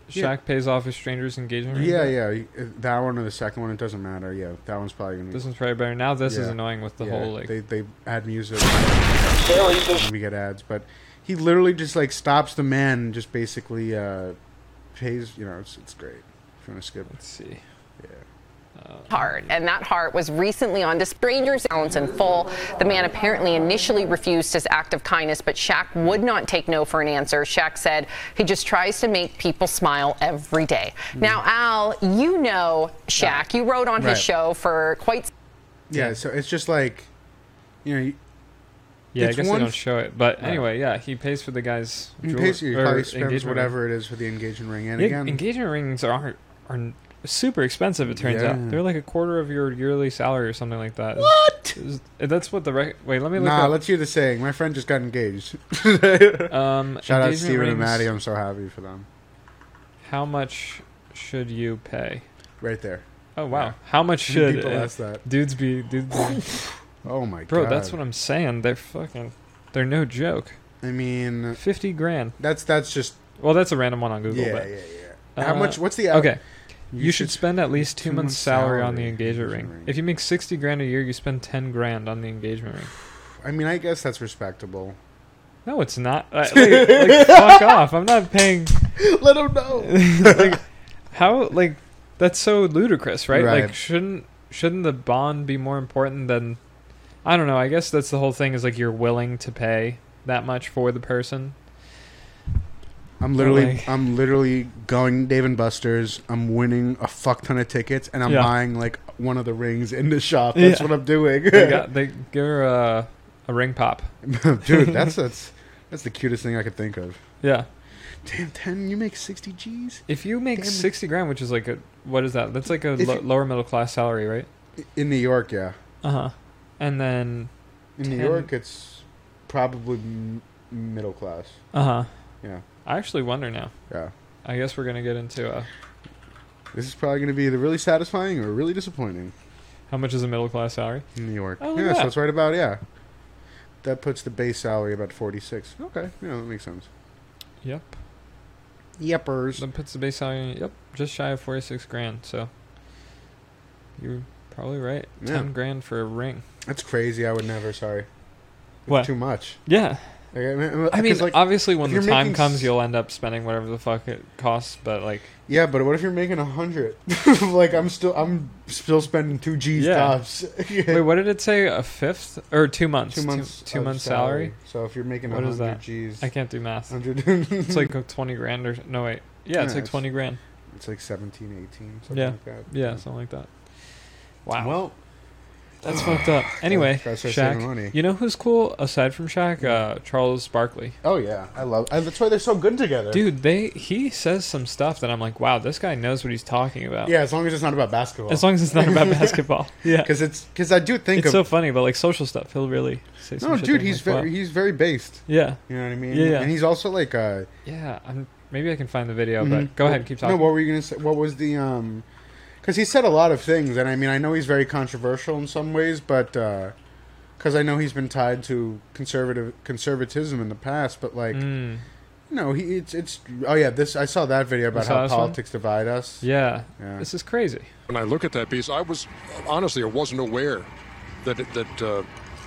S3: Shaq
S2: Yeah.
S3: pays off his stranger's engagement. ring.
S2: yeah, yeah, that one or the second one, it doesn't matter. Yeah, that one's probably gonna. be
S3: This one's probably better. Now this is
S2: Yeah.
S3: annoying with the
S2: yeah,
S3: whole like.
S2: they they add music. we get ads, but he literally just like stops the man and just basically uh, pays. You know, it's it's great. If you want to skip,
S3: Let's see.
S2: yeah.
S4: heart, and that heart was recently on display. Strangers' ounce in full. The man apparently initially refused his act of kindness, but Shaq would not take no for an answer. Shaq said he just tries to make people smile every day. Now, Al, you know Shaq. You wrote on
S2: Right.
S4: his show for quite
S2: Yeah,
S3: Yeah.
S2: so it's just like, you know, you-
S3: Yeah,
S2: It's
S3: I guess they
S2: one
S3: don't
S2: f-
S3: show it. But
S2: Right.
S3: anyway, yeah, he pays for the guy's
S2: you
S3: jewel-
S2: pay so you
S3: or
S2: probably spends
S3: engagement ring.
S2: whatever it is for the engagement ring. And
S3: Yeah,
S2: again,
S3: engagement rings aren't are n- super expensive. It turns
S2: Yeah.
S3: out they're like a quarter of your yearly salary or something like that. What? that's what the rec- wait. Let me look.
S2: nah,
S3: up.
S2: let's hear the saying. My friend just got engaged.
S3: um,
S2: Shout out
S3: engagement
S2: Steven and
S3: rings,
S2: Maddie. I'm so happy for them.
S3: How much should you pay?
S2: Right there.
S3: Oh wow,
S2: Yeah.
S3: how much *laughs* should
S2: People
S3: uh,
S2: ask that.
S3: dudes be? Dudes be-
S2: Oh my
S3: bro,
S2: god,
S3: that's what I'm saying. They're fucking. They're no joke.
S2: I mean,
S3: Fifty grand.
S2: that's that's just
S3: Well, that's a random one on Google.
S2: Uh, yeah,
S3: but
S2: yeah, yeah. How
S3: Uh,
S2: much? What's the
S3: Okay. You, should, spend at least two,
S2: two
S3: months,
S2: months'
S3: salary on the
S2: salary
S3: engagement
S2: engagement
S3: ring.
S2: ring.
S3: If you make sixty grand a year, you spend ten grand on the engagement ring.
S2: I mean, I guess that's respectable.
S3: No, it's not.
S2: *laughs*
S3: Uh, like, like, fuck off! I'm not paying.
S2: Let him know.
S3: *laughs* like, how? Like, that's so ludicrous, right?
S2: Right.
S3: Like, shouldn't shouldn't the bond be more important than? I don't know. I guess that's the whole thing. Is like you're willing to pay that much for the person.
S2: I'm literally,
S3: like-
S2: I'm literally going Dave and Buster's. I'm winning a fuck ton of tickets, and I'm
S3: Yeah.
S2: buying like one of the rings in the shop. That's
S3: Yeah.
S2: what I'm doing. *laughs*
S3: They got they give her a, a ring pop.
S2: Dude,
S3: *laughs*
S2: that's that's that's the cutest thing I could think of.
S3: Yeah.
S2: Damn, ten, you make sixty G's
S3: If you make
S2: Damn it.
S3: sixty grand, which is like a what is that? That's like a
S2: If
S3: lo-
S2: you-
S3: lower middle class salary, right?
S2: in New York. Yeah,
S3: Uh
S2: Uh-huh.
S3: huh. And then
S2: in New
S3: Ten.
S2: York, it's probably m- middle class.
S3: uh huh.
S2: Yeah,
S3: I actually wonder now.
S2: Yeah.
S3: I guess we're gonna get into uh,
S2: This is probably going to be either really satisfying or really disappointing
S3: how much is a middle class salary.
S2: in New York.
S3: Oh, look
S2: yeah,
S3: at
S2: so
S3: that.
S2: it's right about, yeah. That puts the base salary about 46. Okay, yeah, that makes sense.
S3: Yep.
S2: Yeppers.
S3: That puts the base salary. Yep, just shy of forty six grand. So you're probably right.
S2: Yeah.
S3: Ten grand for a ring.
S2: That's crazy. I would never, sorry.
S3: What?
S2: Too much.
S3: Yeah.
S2: Like, I mean,
S3: I mean,
S2: 'cause, like,
S3: obviously, when
S2: if
S3: the
S2: you're
S3: time
S2: making
S3: comes,
S2: s-
S3: you'll end up spending whatever the fuck it costs. But like,
S2: yeah, but what if you're making a hundred? *laughs* like, I'm still, I'm still spending two G's
S3: Yeah.
S2: tops. *laughs*
S3: wait, what did it say? A fifth or two months?
S2: two months,
S3: Two, two
S2: of
S3: months salary.
S2: So if you're making a
S3: What is
S2: hundred
S3: that?
S2: G's,
S3: I can't do math.
S2: hundred. *laughs*
S3: It's like twenty grand or no wait. Yeah, it's
S2: Yeah,
S3: like
S2: it's-
S3: twenty grand.
S2: it's like 17, 18, something
S3: Yeah.
S2: like that.
S3: Yeah, something like that. Wow,
S2: Well, uh,
S3: that's fucked up. Anyway,
S2: Gotta start saving money.
S3: Shaq. You know who's cool aside from Shaq? Uh, Charles Barkley.
S2: oh yeah, I love. I, that's why they're so good together,
S3: Dude, they he says some stuff that I'm like, wow, this guy knows what he's talking about.
S2: Yeah, as long as it's not about basketball.
S3: As long as it's
S2: *laughs*
S3: not about basketball. Yeah.
S2: because it's because I do think
S3: It's
S2: of
S3: so funny, but like social stuff, he'll really say some
S2: no,
S3: shit
S2: dude.
S3: that I'm
S2: He's
S3: like, wow.
S2: very he's very based.
S3: Yeah.
S2: You know what I mean?
S3: Yeah, yeah.
S2: And he's also like, uh,
S3: Yeah, I'm maybe I can find the video, but
S2: Mhm.
S3: go ahead, keep
S2: no,
S3: talking.
S2: what were you gonna say? What was the um? Because he said a lot of things, and I mean, I know he's very controversial in some ways, but because I know he's been tied to conservative conservatism in the past, but like.
S3: Mm,
S2: No, he it's it's oh yeah, this I saw that video about
S3: saw
S2: how
S3: this one?
S2: politics divide us.
S3: yeah.
S2: Yeah.
S3: This is crazy.
S5: When I look at that piece, I was honestly I wasn't aware that that uh,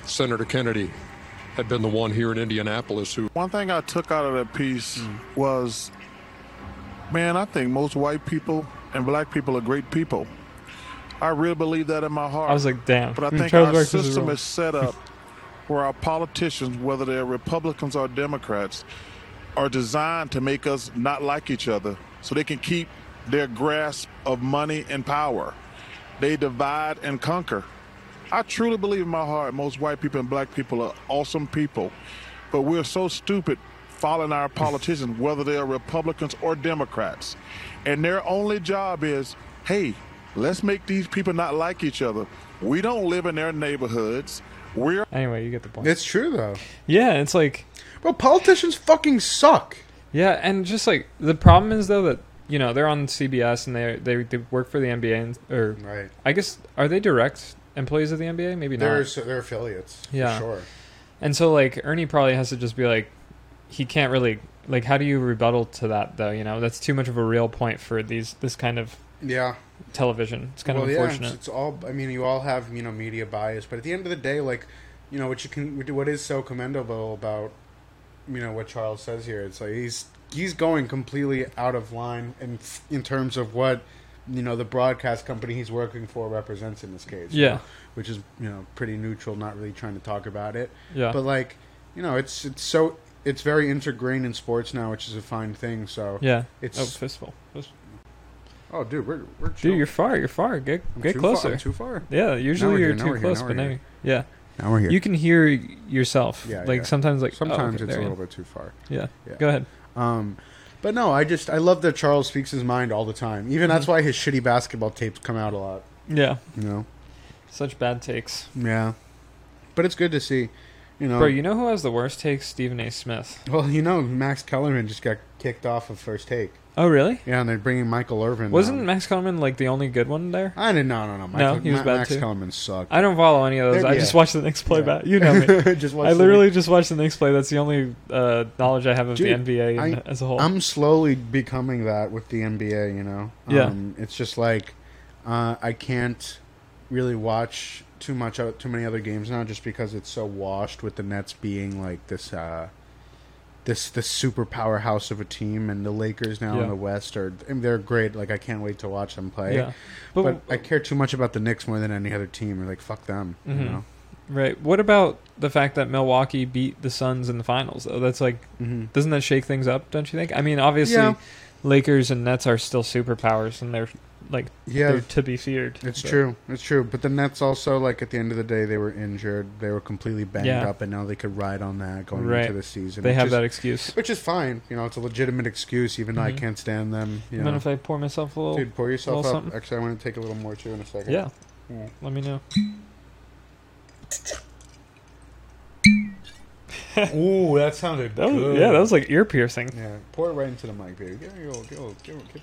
S5: Senator Kennedy had been the one here in Indianapolis who
S6: One thing I took out of that piece was, man, I think most white people and black people are great people. I really believe that in my heart.
S3: I was like, damn. *laughs*
S6: but I
S3: Mm,
S6: think
S3: Charles
S6: our
S3: Barkley's is
S6: system
S3: wrong.
S6: is set up where our politicians, whether they're Republicans or Democrats, are designed to make us not like each other so they can keep their grasp of money and power. They divide and conquer. I truly believe in my heart most white people and black people are awesome people, but we're so stupid following our politicians, whether they are Republicans or Democrats. And their only job is hey, let's make these people not like each other. We don't live in their neighborhoods. We're
S3: Anyway, you get the point.
S2: It's true though.
S3: yeah, it's like
S2: Bro, politicians fucking suck.
S3: Yeah, and just like the problem is though that you know they're on CBS and they they, they work for the NBA and, or
S2: Right.
S3: I guess are they direct employees of the NBA? Maybe
S2: They're
S3: not.
S2: so they're affiliates. for
S3: Yeah.
S2: sure.
S3: And so like Ernie probably has to just be like, he can't really like how do you rebuttal to that though? You know that's too much of a real point for these this kind of
S2: Yeah.
S3: television. It's kind
S2: well,
S3: of
S2: yeah. It's,
S3: unfortunate.
S2: it's all. I mean, you all have you know media bias, but at the end of the day, like you know what you can what is so commendable about you know what Charles says here. It's like he's he's going completely out of line in in terms of what you know the broadcast company he's working for represents in this case. you
S3: Yeah.
S2: know, which is you know pretty neutral, not really trying to talk about it.
S3: Yeah.
S2: But like you know, it's it's so it's very ingrained in sports now, which is a fine thing. So
S3: yeah,
S2: it's-
S3: oh fistful.
S2: Oh, dude, we're we're
S3: Dude,
S2: chill.
S3: you're far. You're far. Get
S2: I'm
S3: get
S2: too far- I'm
S3: closer.
S2: too far.
S3: yeah,
S2: we're
S3: usually
S2: here,
S3: you're
S2: now
S3: too
S2: we're here,
S3: close,
S2: now we're
S3: but now
S2: here.
S3: you- yeah,
S2: Now we're here.
S3: you can hear yourself.
S2: Yeah,
S3: like
S2: yeah.
S3: sometimes like oh,
S2: Sometimes it's
S3: okay,
S2: a
S3: there you
S2: little
S3: go.
S2: bit too far.
S3: yeah.
S2: yeah.
S3: Go ahead.
S2: Um, but no, I just I love that Charles speaks his mind all the time. Even
S3: Mm-hmm.
S2: that's why his shitty basketball tapes come out a lot.
S3: Yeah.
S2: You know.
S3: Such bad takes.
S2: Yeah. But it's good to see. You know.
S3: Bro, you know who has the worst takes? Stephen A. Smith.
S2: well, you know Max Kellerman just got kicked off of first take.
S3: Oh, really?
S2: Yeah, and they're bringing Michael Irvin.
S3: Wasn't
S2: on.
S3: Max Kellerman like the only good one there?
S2: I didn't. No, no, no. Michael,
S3: he was
S2: Ma-
S3: bad
S2: Max
S3: too.
S2: Kellerman sucked.
S3: I don't follow any of those.
S2: There-
S3: I
S2: yeah.
S3: just watch the Knicks play back. You know me.
S2: *laughs* just watched
S3: I
S2: the-
S3: literally just watch the Knicks play. That's the only uh, knowledge I have of
S2: Dude,
S3: the NBA and,
S2: I-
S3: as a whole.
S2: I'm slowly becoming that with the NBA, you know.
S3: Yeah.
S2: Um, it's just like uh, I can't really watch too much o- too many other games now just because it's so washed with the Nets being like this uh this this super powerhouse of a team and the Lakers now
S3: Yeah.
S2: in the West are and they're great like I can't wait to watch them play.
S3: yeah. But,
S2: But, I care too much about the Knicks more than any other team. Like fuck them,
S3: Mhm.
S2: you know.
S3: right. What about the fact that Milwaukee beat the Suns in the finals, though? That's like,
S2: Mm-hmm.
S3: doesn't that shake things up, don't you think? I mean, obviously,
S2: Yeah.
S3: Lakers and Nets are still superpowers, and they're like,
S2: Yeah,
S3: they're to be feared.
S2: It's
S3: but-
S2: true. It's true. But the Nets also, like at the end of the day, they were injured. They were completely banged
S3: Yeah.
S2: up, and now they could ride on that going
S3: Right.
S2: into the season.
S3: They
S2: which
S3: have
S2: is,
S3: that excuse.
S2: which is fine. You know, it's a legitimate excuse, even though I
S3: Mhm.
S2: can't stand them. You
S3: Mind
S2: know,
S3: if I pour myself a little?
S2: dude, pour yourself
S3: little
S2: up.
S3: something?
S2: Actually, I want to take a little more too in a second.
S3: Yeah.
S2: Yeah.
S3: Let me know.
S2: Ooh, that sounded
S3: That was,
S2: good.
S3: yeah, that was like ear piercing.
S2: Yeah, pour it right into the mic, baby. Give me your, give, your- give, your- give,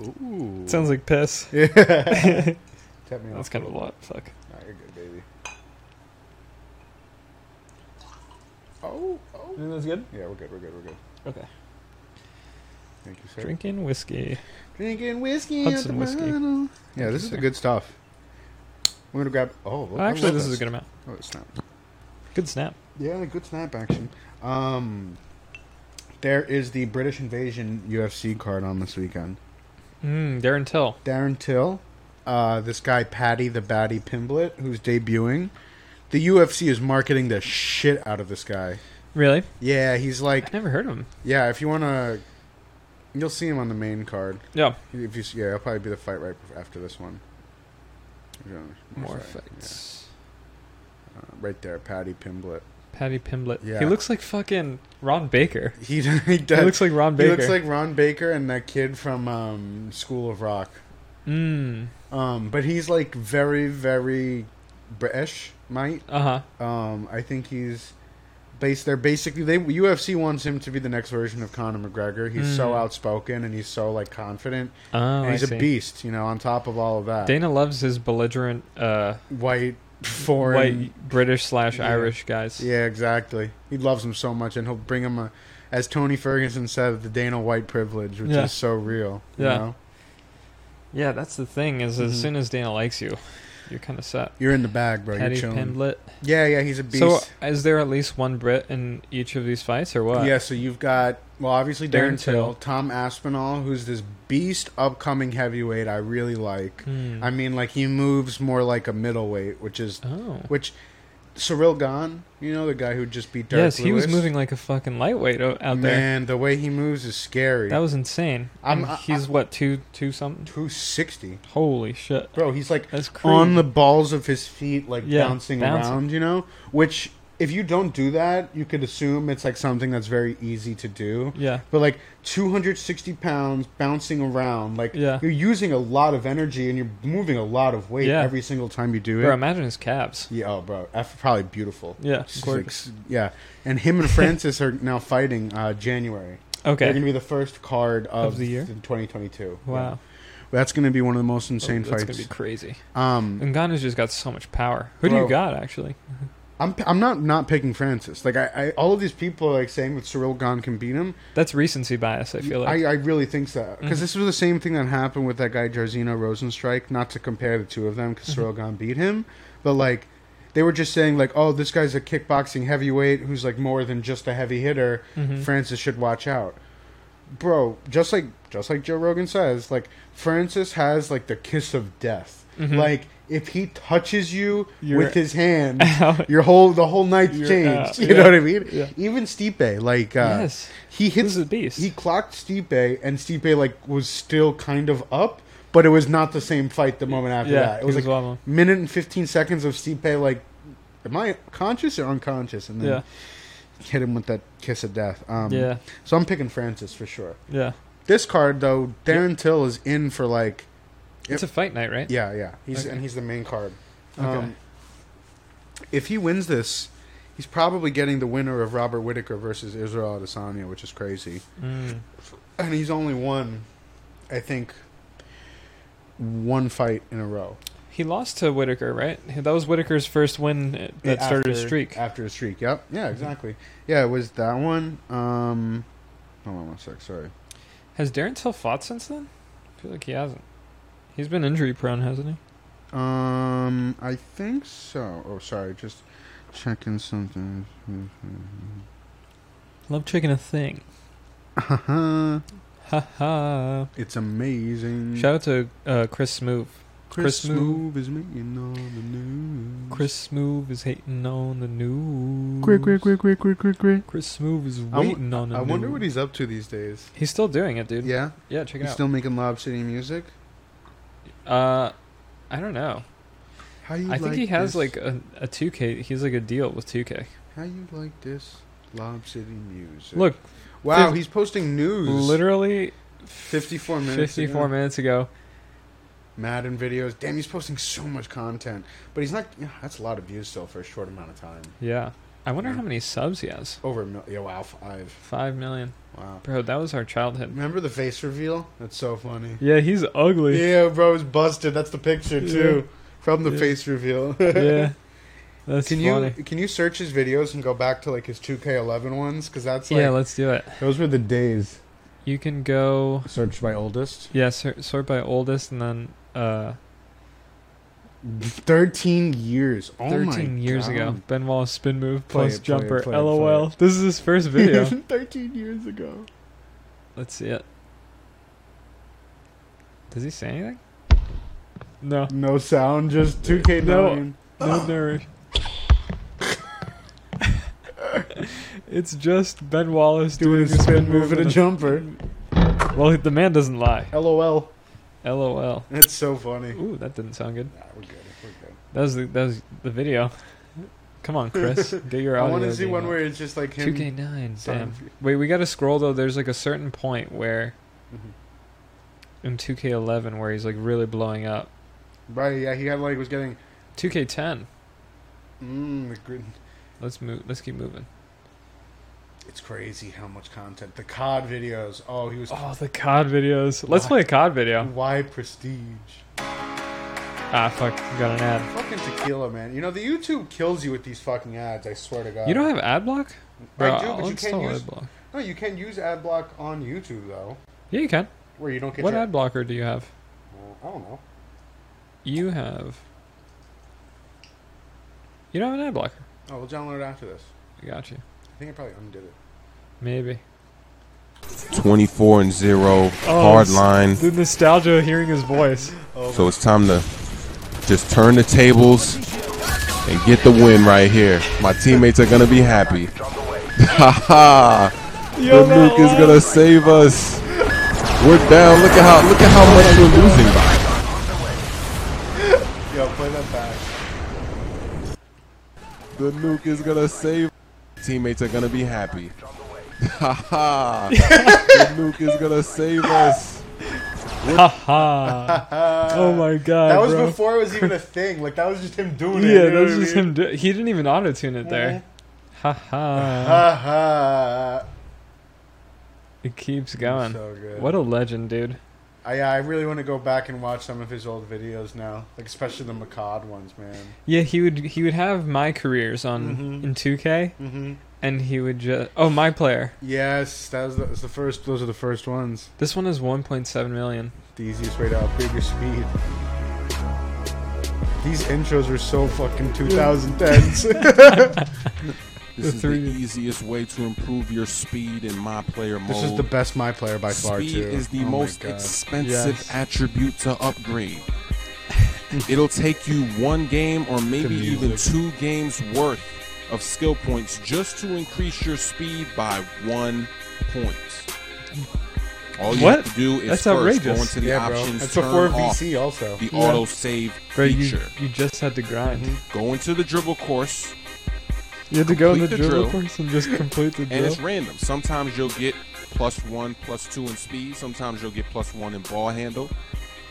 S2: your- Ooh.
S3: Sounds like piss. *laughs*
S2: Yeah. Tap me on.
S3: That's kind of a lot. Fuck.
S2: Nah, you're good, baby. Oh, oh.
S3: That was good.
S2: Yeah, we're good. We're good. We're good.
S3: Okay.
S2: Thank you, sir.
S3: Drinking whiskey.
S2: Drinking whiskey.
S3: at Hudson the whiskey. bottle.
S2: Yeah, this is the good stuff. We're gonna grab. Oh, look, I
S3: Actually,
S2: love
S3: this is a good amount.
S2: Oh, it's not.
S3: Good snap.
S2: Yeah, good snap action. Um, there is the British Invasion UFC card on this weekend.
S3: Mm, Darren Till.
S2: Darren Till, uh, this guy Patty the Batty Pimblett, who's debuting. The UFC is marketing the shit out of this guy.
S3: Really?
S2: Yeah, he's
S3: I
S2: like,
S3: never heard of him.
S2: yeah. If you wanna, you'll see him on the main card.
S3: Yeah.
S2: If you, see- yeah, it'll probably be the fight right after this one. Yeah,
S3: More
S2: sorry.
S3: fights.
S2: Yeah, right there, Patty Pimblett.
S3: Patty Pimblett.
S2: Yeah.
S3: He looks like fucking Ron Baker.
S2: He, *laughs* he does.
S3: He looks like Ron
S2: He
S3: Baker.
S2: looks like Ron Baker and that kid from um, School of Rock.
S3: Mm.
S2: Um, but he's like very, very British, might.
S3: Uh huh.
S2: Um, I think he's based. They're basically they UFC wants him to be the next version of Conor McGregor. He's so outspoken and he's so like confident.
S3: Mm. Oh,
S2: and he's
S3: I
S2: a
S3: see.
S2: beast, you know. On top of all of that,
S3: Dana loves his belligerent, uh,
S2: white, foreign,
S3: white British slash
S2: Yeah.
S3: Irish guys.
S2: Yeah, exactly. He loves him so much, and he'll bring him a, as Tony Ferguson said, the Dana White privilege, which
S3: Yeah.
S2: is so real. You
S3: Yeah.
S2: know?
S3: Yeah, that's the thing. Is
S2: Mm-hmm.
S3: as soon as Dana likes you, you're kind of set.
S2: you're in the bag, bro.
S3: Patty
S2: you're chilling.
S3: Pimblett.
S2: Yeah, yeah, he's a beast.
S3: So, is there at least one Brit in each of these fights, or what?
S2: yeah, so you've got well, obviously Darren,
S3: Darren
S2: Till,
S3: Till.
S2: Tom Aspinall, who's this beast upcoming heavyweight. I really like.
S3: Hmm.
S2: I mean, like he moves more like a middleweight, which is
S3: Oh.
S2: which. Cyril Gahn, you know the guy who just beat Derek
S3: Yes, he was
S2: Lewis?
S3: moving like a fucking lightweight o- out there.
S2: Man, the way he moves is scary.
S3: That was insane.
S2: I'm-
S3: And
S2: I-
S3: he's what two two something?
S2: two sixty,
S3: Holy shit!
S2: bro. He's like
S3: That's crazy.
S2: on the balls of his feet, like
S3: Yeah,
S2: bouncing,
S3: bouncing.
S2: around, you know? Which, if you don't do that, you could assume it's like something that's very easy to do.
S3: Yeah.
S2: But like 260 pounds bouncing around, like
S3: Yeah.
S2: you're using a lot of energy and you're moving a lot of weight
S3: Yeah.
S2: every single time you do it.
S3: Bro, imagine his calves.
S2: yeah, oh, bro. That's probably beautiful.
S3: Yeah,
S2: It's
S3: gorgeous.
S2: like- yeah. And him and Francis are now fighting uh, January. They're going to
S3: Okay.
S2: be the first card of,
S3: Of the year?
S2: 2022. Yeah.
S3: Wow. Oh,
S2: That's going to be one of the most insane
S3: That's gonna
S2: fights.
S3: be crazy.
S2: um,
S3: And Ghana's just got so much power. Who do
S2: Bro.
S3: you got actually?
S2: I'm I'm not not picking Francis. Like I, I all of these people are like saying that Cyril Gon can beat him.
S3: That's recency bias. I feel like. Mm-hmm.
S2: I, I really think so because this was the same thing that happened with that guy Jarzino Rosenstrike. Not to compare the two of them because Cyril
S3: Mm-hmm.
S2: Gon beat him, but like they were just saying like, oh, this guy's a kickboxing heavyweight who's like more than just a heavy hitter.
S3: Mm-hmm.
S2: Francis should watch out. Bro, just like just like Joe Rogan says, like Francis has like the kiss of death. Like if he touches you
S3: Mm-hmm. You're
S2: with his hand,
S3: *laughs* out.
S2: your whole the whole night's
S3: You're
S2: changed.
S3: out.
S2: You
S3: Yeah.
S2: know what I mean?
S3: Yeah.
S2: Even Stipe, like uh,
S3: Yes.
S2: he hits
S3: This is a beast.
S2: He clocked Stipe, and Stipe like was still kind of up, but it was not the same fight the moment after
S3: Yeah,
S2: that. It
S3: he
S2: was
S3: was
S2: like
S3: wobbling.
S2: minute and fifteen seconds of Stipe like, am I conscious or unconscious? And then
S3: Yeah.
S2: hit him with that kiss of death. Um,
S3: Yeah.
S2: So I'm picking Francis for sure.
S3: Yeah.
S2: This card though, Darren Till is in for like,
S3: It's a fight night, right?
S2: yeah, yeah. He's
S3: Okay.
S2: and he's the main card.
S3: Okay.
S2: Um, if he wins this. He's probably getting the winner of Robert Whitaker versus Israel Adesanya, which is crazy
S3: Mm.
S2: and he's only won, I think, one fight in a row.
S3: He lost to Whitaker, right? That was Whitaker's first win uh, that started his
S2: After-
S3: streak.
S2: After a streak, yep. Yeah, exactly. Yeah, it was that one. Um, hold on one sec, sorry.
S3: Has Darren Till fought since then? I feel like he hasn't. He's been injury prone, hasn't he?
S2: Um, I think so. Oh, sorry, just checking something. *laughs*
S3: Love chicken a thing.
S2: Haha,
S3: Ha ha.
S2: it's amazing.
S3: Shout out to uh, Chris Smoove.
S2: Chris,
S3: Chris Smoove.
S2: Move is making all the news.
S3: Chris Smoove is hating on the news.
S2: Quick, quick, quick, quick, quick, quick, quick.
S3: Chris Smoove is
S2: I w-
S3: waiting on the
S2: I wonder
S3: news.
S2: what he's up to these days.
S3: He's still doing it, dude.
S2: Yeah,
S3: Yeah, check it
S2: he's
S3: out.
S2: still making Lob City music.
S3: uh, I don't know.
S2: How you
S3: I think he has
S2: this?
S3: like a, a 2K. He's like a deal with 2K.
S2: How you like this Lob City music?
S3: Look,
S2: wow,
S3: fif-
S2: he's posting news.
S3: literally
S2: fifty-four minutes.
S3: 54
S2: ago.
S3: minutes ago,
S2: Madden videos. Damn, he's posting so much content, but he's not. yeah, that's a lot of views still for a short amount of time.
S3: Yeah. I wonder how many subs he has.
S2: Over a mil- yeah, wow, five.
S3: Five million.
S2: Wow.
S3: Bro, that was our childhood.
S2: Remember the face reveal? That's so funny.
S3: Yeah, he's ugly.
S2: Yeah, bro, it's busted. That's the picture too from the face
S3: *laughs*
S2: reveal.
S3: Yeah. That's
S2: Can
S3: funny.
S2: you can you search his videos and go back to like his 2K11 ones? Because that's like
S3: yeah, let's do it.
S2: those were the days.
S3: You can go.
S2: Search my oldest.
S3: Yeah, sort, sort by oldest and then uh,
S2: Thirteen years. Oh
S3: 13
S2: my
S3: years
S2: God.
S3: ago. Ben Wallace spin move
S2: Play
S3: plus
S2: it, play it,
S3: jumper.
S2: play it, play
S3: LOL. This is his first video.
S2: Thirteen years ago.
S3: Let's see it. Does he say anything? No.
S2: No sound, just 2K9.
S3: No.
S2: Oh.
S3: No narration. *laughs* it's just Ben Wallace
S2: Doing a spin move and a jumper.
S3: jump. *laughs* Well, the man doesn't lie.
S2: LOL.
S3: LOL.
S2: That's so funny.
S3: Ooh, that didn't sound good.
S2: Nah, we're good. We're good.
S3: That was the, that was the video. Come on,
S2: *laughs*
S3: Chris. Get your
S2: I
S3: audio.
S2: want to see
S3: game
S2: one
S3: up.
S2: where it's just like him.
S3: 2K9.
S2: Son
S3: Damn.
S2: of a-
S3: Wait, we got to scroll though. There's like a certain point where
S2: Mm-hmm.
S3: in 2K11 where he's like really blowing up.
S2: Right? Yeah, he had like was getting.
S3: 2K10.
S2: Mm, the gr-
S3: Let's move. Let's keep moving.
S2: it's crazy how much content. The COD videos. Oh, he was.
S3: Oh, the COD videos. Let's
S2: Why?
S3: play a COD video.
S2: Why prestige?
S3: Ah, fuck. Got an ad.
S2: Fucking tequila, man. You know the YouTube kills you with these fucking ads. I swear to God.
S3: You don't have uh, ad block?
S2: I do,
S3: I'll
S2: but you
S3: install
S2: can't use.
S3: ad block.
S2: No, you can use ad block on YouTube though,
S3: Yeah, you can.
S2: where you don't get.
S3: What
S2: your,
S3: ad blocker do you have?
S2: Well, I don't know.
S3: You have. You don't have an ad blocker.
S2: Oh, we'll download it after this.
S3: I got you.
S2: I think I probably undid it.
S3: Maybe.
S7: 24 and 0 hard
S3: it's-
S7: line
S3: Oh, The nostalgia of hearing his voice.
S7: so it's time to just turn the tables and get the win right here my teammates are gonna be happy *laughs* haha the nuke is gonna save us we're down look at how look at how much we're losing by
S2: Yo, play that back.
S7: the nuke is gonna save teammates are gonna be happy *laughs* haha the nuke is gonna save us
S3: Ha ha. oh my god.
S2: Uh, That was
S3: bro.
S2: before it was even a thing. Like that was just him doing it.
S3: Yeah,
S2: you know
S3: that was
S2: what I
S3: just
S2: mean?
S3: him. Do- he didn't even auto tune it there. Ha
S2: Mm-hmm.
S3: ha.
S2: Uh-huh.
S3: It keeps going.
S2: so good. Uh,
S3: What a legend, dude.
S2: I I really want to go back and watch some of his old videos now, like especially the Macad ones, man.
S3: Yeah, he would he would have my careers on
S2: Mm-hmm.
S3: in 2K, and he would just oh my player.
S2: Yes, that was the, that's the first. Those are the first ones.
S3: This one is 1.7 million.
S2: The easiest way to upgrade your speed. These intros were so fucking
S3: *laughs*
S2: 2010s.
S7: This
S3: The
S7: is
S3: three-
S7: the easiest way to improve your speed in my player mode.
S2: this is the best my player by far
S7: speed
S2: too.
S7: is the
S2: Oh my
S7: most
S2: God.
S7: expensive
S2: Yes.
S7: attribute to
S2: *laughs*
S7: upgrade. It'll take you one game or maybe even
S2: music.
S7: two games worth of skill points just to increase your speed by one point. All you
S3: What?
S7: have to do is
S3: That's
S7: first
S3: outrageous.
S7: go into the
S2: Yeah, bro.
S7: options,
S2: That's
S7: turn
S2: before
S7: off
S2: VC also.
S7: the
S3: Yeah.
S7: auto save
S3: Bro, you,
S7: feature.
S3: you just had to grind.
S2: Mm-hmm.
S7: Go into the dribble course,
S3: You had to go in the,
S7: Complete the
S3: dribble
S7: drill.
S3: course and just complete the
S7: and
S3: drill.
S7: it's random. Sometimes you'll get plus one, plus two in speed. Sometimes you'll get plus one in ball handle.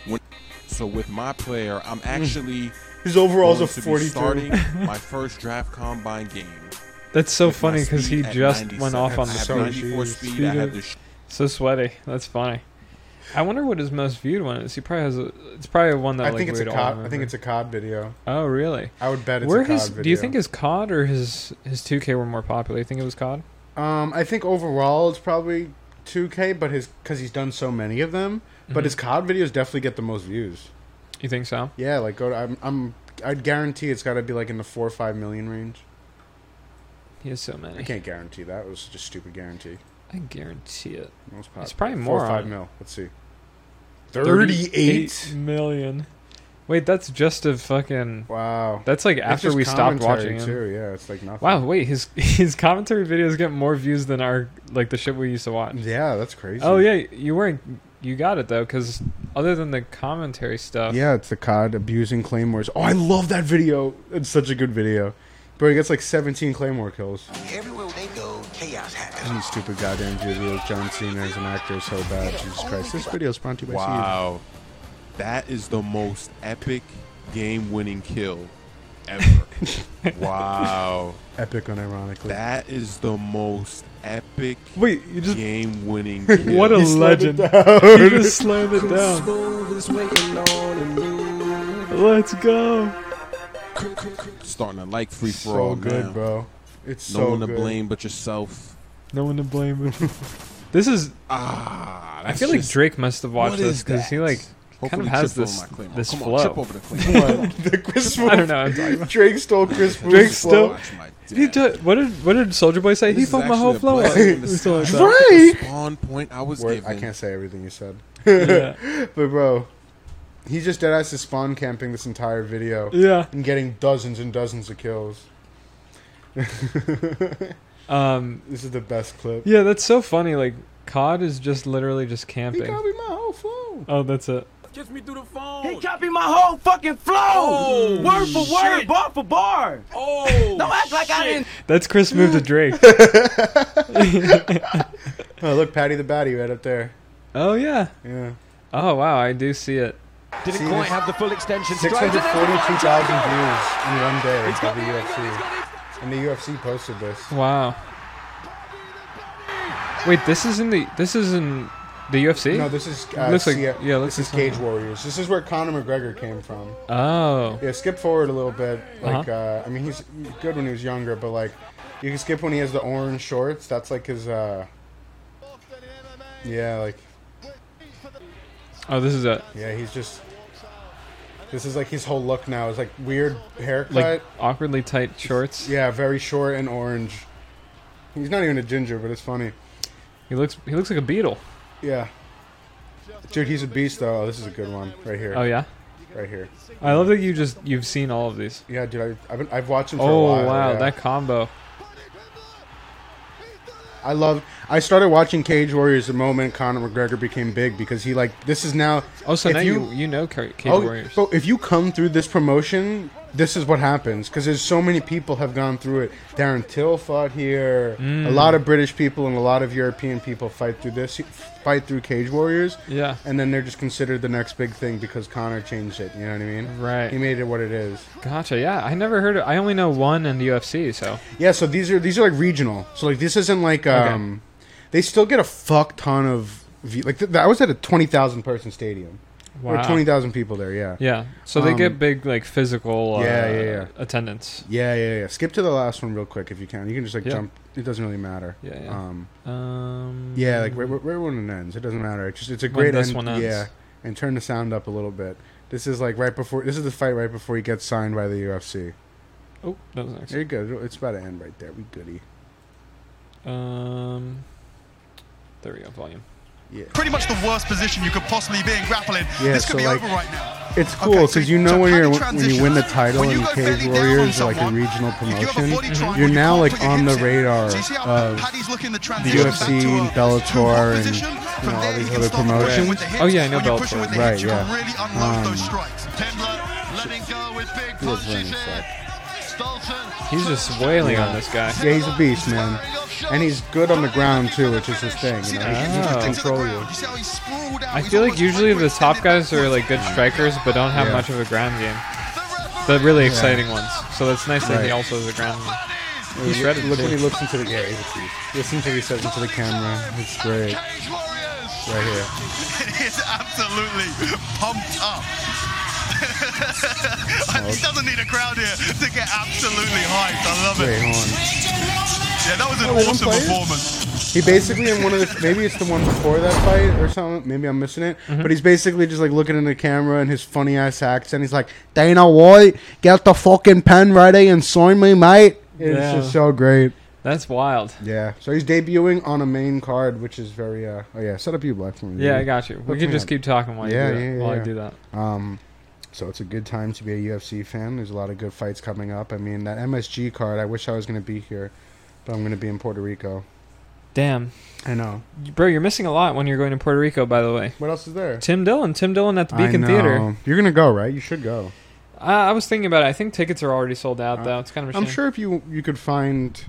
S7: When, so with my player,
S3: Mm.
S7: I'm actually
S2: His overalls
S7: going
S2: are
S7: to be
S2: 42.
S3: *laughs*
S7: starting my first draft combine game.
S3: That's so
S7: with my
S3: funny because he
S7: speed at
S3: just went
S7: 97.
S3: off on
S7: I
S3: the
S7: have
S2: so
S3: so,
S7: 94 speed.
S3: Speed
S7: I have
S3: of-
S7: the sh-
S3: so sweaty. That's funny. I wonder what his most viewed one is. He probably has a. It's probably one that
S2: I
S3: like,
S2: think it's a
S3: we'd all
S2: COD. I think
S3: remember.
S2: it's a COD video.
S3: Oh really?
S2: I would bet it's
S3: Where
S2: a COD
S3: his?
S2: video.
S3: Do you think his COD or his his 2K were more popular? You think it was COD?
S2: Um, I think overall it's probably 2K, but his because he's done so many of them. But
S3: Mhm.
S2: his COD videos definitely get the most views.
S3: You think so?
S2: Yeah, like go. To, I'm, I'm. I'd guarantee it's got to be like in the four or five million range.
S3: He has so many.
S2: I can't guarantee that. It was just stupid guarantee.
S3: I guarantee it.
S2: Most popular.
S3: It's probably
S2: four
S3: more
S2: or five
S3: on-
S2: mil. Let's see.
S3: 38
S2: Thirty-eight.
S3: million. Wait, that's just a fucking.
S2: Wow.
S3: That's like
S2: It's
S3: after
S2: just
S3: we stopped
S2: commentary,
S3: watching him.
S2: too. Yeah, it's like nothing.
S3: Wow, wait, his *laughs* his commentary videos get more views than our like the shit we used to watch.
S2: Yeah, that's crazy.
S3: Oh yeah, you weren't. You got it though, because other than the commentary stuff,
S2: Yeah, it's the COD abusing claymores. Oh, I love that video. It's such a good video. Bro, he gets like 17 claymore kills.
S8: Everywhere they go, chaos happens.
S2: These stupid goddamn videos. John Cena as an actor is so bad. Jesus Christ. This video is brought to you by
S7: Wow. oh, That is the most epic game winning kill
S3: *laughs*
S7: ever. wow.
S2: Epic, unironically.
S7: That is the most epic
S3: Wait, you just
S7: game winning
S3: *laughs*
S7: kill.
S3: what a
S2: slammed it
S3: legend! He just slammed
S7: *laughs*
S3: it down. Let's go.
S7: starting to like free for
S2: so
S7: all
S2: good,
S7: now.
S2: bro. It's
S7: No
S2: so
S7: one to
S2: good.
S7: blame but yourself.
S3: No one to
S7: *laughs*
S3: blame. this is.
S7: Ah,
S3: I feel like Drake must have watched
S7: what
S3: this
S7: is
S3: because he
S7: that?
S3: like kind of
S7: Hopefully
S3: has
S7: trip over
S3: this
S7: my claymore.
S3: this
S7: Come on,
S3: flow.
S7: trip over the *laughs* claymore.
S2: the Chris
S3: I don't know. what I'm talking
S2: *laughs*
S3: about.
S2: Drake stole Chris
S3: Drake stole-
S7: Watch my
S3: He
S7: dad.
S3: took- what did what did Soldier Boy say?
S7: This
S3: he
S7: is
S3: fucked my
S7: actually
S3: whole
S7: a
S3: flow up. *laughs*
S7: blessing in
S3: Or
S7: disguise.
S3: something like
S2: Drake.
S7: Spawn point I was
S2: Word,
S7: given.
S2: I can't say everything you said.
S3: that.
S2: But bro, he just deadass is spawn camping this entire video
S3: Yeah.
S2: and getting dozens and dozens of kills. *laughs*
S3: yeah. Um.
S2: This is the best clip.
S3: Yeah, that's so funny. Like COD is just literally just
S2: He
S3: camping.
S2: copied my whole flow.
S3: Oh, that's it.
S9: He copied my whole fucking flow, word for word, bar for bar. Oh, don't act like I didn't.
S3: That's Chris moved
S2: *laughs*
S3: to Drake.
S2: Oh, look, Patty the Batty right up there.
S3: oh yeah.
S2: Yeah.
S3: Oh wow, I do see it.
S9: Didn't
S2: quite
S9: have the full extension.
S2: 642,000 views in one day of the UFC. And the UFC posted this.
S3: Wow. Wait, this is in the this is in the UFC.
S2: No, this is uh,
S3: Looks like-
S2: C-
S3: yeah, looks
S2: this is
S3: like
S2: Cage Warriors. This is where Conor McGregor came from.
S3: oh,
S2: Yeah, skip forward a little bit.
S3: Uh-huh.
S2: Like, uh I mean, he's good when he was younger, but like, you can skip when he has the orange shorts. That's like his. uh Yeah, like
S3: oh, this is it.
S2: yeah, he's just. This is like his whole look now. Is like weird haircut.
S3: Like awkwardly tight shorts.
S2: yeah, very short and orange. He's not even a ginger, but it's funny.
S3: He looks he looks like a beetle.
S2: Yeah. Dude, he's a beast though. Oh, this is a good one right here.
S3: Oh yeah.
S2: Right here.
S3: I love that you just you've seen all of these.
S2: Yeah, dude, I, I've been, I've watched him. For
S3: Oh
S2: a while,
S3: wow,
S2: yeah.
S3: that combo.
S2: I love. I started watching Cage Warriors the moment Conor McGregor became big because he like this is now.
S3: Oh, so
S2: if
S3: now you you know Ca- Cage
S2: oh,
S3: Warriors.
S2: bro, if you come through this promotion, this is what happens because there's so many people have gone through it. Darren Till fought here. A lot of British people and a lot of European people fight through this, fight through Cage Warriors.
S3: Yeah.
S2: and then they're just considered the next big thing because Conor changed it. You know what I mean?
S3: Right.
S2: He made it what it is.
S3: Gotcha. Yeah, I never heard. Of, I only know one in the UFC. So
S2: Yeah, so these are these are like regional. So like this isn't like um, they still get a fuck ton of view. like th- I was at a twenty thousand person stadium. There were
S3: Wow.
S2: twenty thousand people there. Yeah.
S3: yeah, so they
S2: Um,
S3: get big like physical. Uh,
S2: Yeah, yeah, yeah.
S3: Attendance.
S2: yeah, yeah, yeah. Skip to the last one real quick if you can. You can just like
S3: Yeah.
S2: jump. It doesn't really matter.
S3: Yeah, yeah.
S2: Um,
S3: Um.
S2: yeah, like where, where- where when it ends, it doesn't matter. It's just it's a
S3: When
S2: great
S3: this
S2: end-
S3: one ends.
S2: Yeah, and turn the sound up a little bit. This is like right before. This is the fight right before he gets signed by the UFC.
S3: Oh, that was next.
S2: There you go. It's about to end right there. We goody.
S3: Um, there we go, volume.
S10: Pretty much the worst position you could possibly be in grappling.
S2: Yeah,
S10: this could
S2: so,
S10: be
S2: like,
S10: over right now.
S2: It's cool because
S10: so-
S2: you
S10: so
S2: know when
S10: how
S2: you're
S10: do
S2: when you win the
S10: transitions?
S2: title
S10: When
S2: in
S10: you go
S2: Cage
S10: belly down on
S2: Warriors, or like a
S10: someone,
S2: regional
S10: if you have a
S2: promotion,
S7: Mm-hmm.
S10: 40 triangle,
S2: you're
S10: you
S2: now
S10: can't
S2: like
S10: put your
S2: on the
S10: hips in.
S2: radar
S10: So you see how
S2: of
S10: Paddy's looking the
S2: the
S10: transition back to
S2: UFC and
S10: a-
S2: Bellator and,
S10: position.
S2: and
S10: From
S2: all
S10: there,
S2: these
S10: you can
S2: other
S10: start to push in
S2: promotions.
S10: with the hips.
S3: Oh, yeah, I know
S10: When you push in
S3: Bellator.
S10: with the
S2: Right,
S10: hips, you
S2: yeah.
S10: can really unload
S2: Um,
S10: those strikes. Tendler letting go with big
S2: He was wearing
S10: punches
S2: slack.
S10: here. Stolten
S3: He's just wailing on this guy.
S2: Yeah, he's a beast, man. And he's good on the ground too, which is his thing. You know, he
S3: Oh.
S2: can control you.
S3: I feel like usually the top guys are like good strikers, but don't have
S2: Yeah.
S3: much of a ground game. The really exciting ones. So that's nice that
S2: Right.
S3: he also has a ground. game.
S2: He-
S3: shredded,
S2: Look when
S3: too.
S2: he looks into the yeah, he's a beast. Listen to what he says into the camera. It's great,
S10: Cage Warriors. *laughs*
S2: right here.
S10: He is absolutely pumped up. *laughs* he doesn't need a crowd here to get absolutely hyped. I love
S2: Wait,
S10: it.
S2: hold on.
S10: Yeah, that was an
S2: let him
S10: awesome
S2: play it?
S10: performance.
S2: He basically in one of the maybe it's the one before that fight or something. Maybe I'm missing it, but he's basically just like looking in the camera and his funny ass accent. He's like, Dana White, get the fucking pen ready and sign me, mate. It's
S3: Yeah.
S2: just so great.
S3: That's wild.
S2: Yeah. So he's debuting on a main card, which is very. uh Oh yeah, set up you black for me.
S3: Yeah, I
S2: dude.
S3: got you. We
S2: Look
S3: can
S2: me
S3: just
S2: up.
S3: keep talking while you
S2: Yeah,
S3: do that,
S2: yeah, yeah,
S3: while I
S2: yeah.
S3: do that.
S2: Um, so it's a good time to be a UFC fan. There's a lot of good fights coming up. I mean, that MSG card. I wish I was going to be here, but I'm going to be in Puerto Rico.
S3: Damn,
S2: I know.
S3: bro, you're missing a lot when you're going to Puerto Rico. By the way,
S2: What else is there?
S3: Tim Dillon, Tim Dillon at the Beacon
S2: I know.
S3: Theater.
S2: You're going to go, right? You should go. Uh,
S3: I, I was thinking about it. I think tickets are already sold out though. It's kind of a shame.
S2: I'm sure if you you could find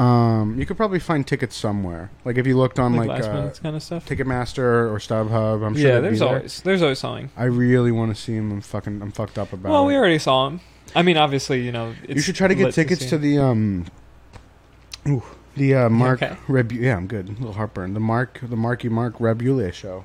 S2: Um, you could probably find tickets somewhere. Like if you looked on like,
S3: like, last
S2: uh,
S3: minute kind of stuff.
S2: Ticketmaster or StubHub. I'm sure.
S3: yeah,
S2: they'd be
S3: there's
S2: there.
S3: always there's always something.
S2: I really want to see him. I'm fucking. I'm fucked up about.
S3: Well,
S2: it.
S3: we already saw him. I mean, obviously, you know, it's
S2: you should try to get
S3: lit
S2: tickets
S3: see
S2: to
S3: him.
S2: the um, ooh, the uh, Mark
S3: okay?
S2: Rebu. Yeah, I'm good. A little heartburn. The Mark, the Marky Mark Rebule show.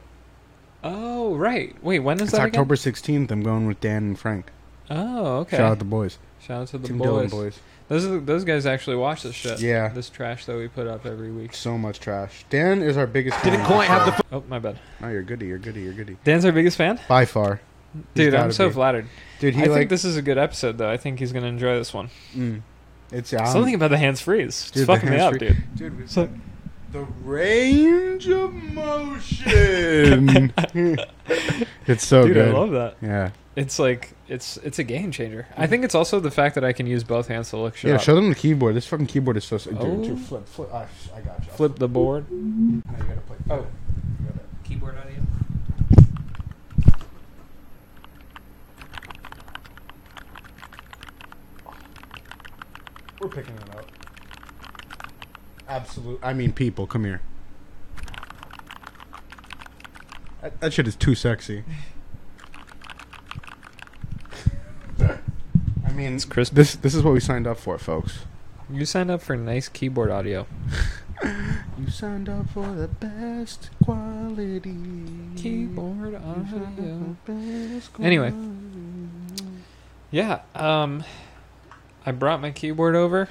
S3: Oh right. Wait, when is
S2: It's
S3: that
S2: October 16th. I'm going with Dan and Frank.
S3: Again? Oh okay.
S2: Shout out the boys.
S3: Shout out to the
S2: Team
S3: boys.
S2: Dylan boys.
S3: Those are, those guys actually watch this shit.
S2: Yeah.
S3: This trash that we put up every week.
S2: So much trash. Dan is our biggest. Did
S3: Oh my bad.
S2: Oh, you're goody. You're goody. You're goody.
S3: Dan's our biggest fan.
S2: By far, He's
S3: Dude, I'm
S2: gotta
S3: so
S2: be.
S3: flattered.
S2: dude. He
S3: I
S2: like
S3: think this is a good episode though. I think he's gonna enjoy this one.
S2: mm, it's um,
S3: Something about the hands free is
S2: dude, the
S3: it's fucking me up,
S2: hands-free-
S3: dude.
S2: Dude, we-
S3: So-
S2: the range of
S3: *laughs*
S2: motion. *laughs* it's so
S3: dude,
S2: Oh, good.
S3: I love that.
S2: Yeah.
S3: It's like it's it's a game changer. I think it's also the fact that I can use both hands to look shit
S2: Yeah,
S3: up.
S2: show them the keyboard. This fucking keyboard is so. Dude,
S3: Oh.
S2: dude, flip, flip. I, I got you.
S3: Flip the board.
S2: Now you gotta play.
S3: Oh.
S2: You gotta-
S9: Keyboard audio.
S2: We're picking it up. Absolute. I mean, people, come here. That, that shit is too sexy. *laughs* I mean, it's
S3: crisp.
S2: This this is what we signed up for, folks.
S3: You signed up for nice keyboard audio.
S2: You signed up for the best quality.
S3: Keyboard audio.
S2: Best
S3: Anyway. Yeah. Um, I brought my keyboard over.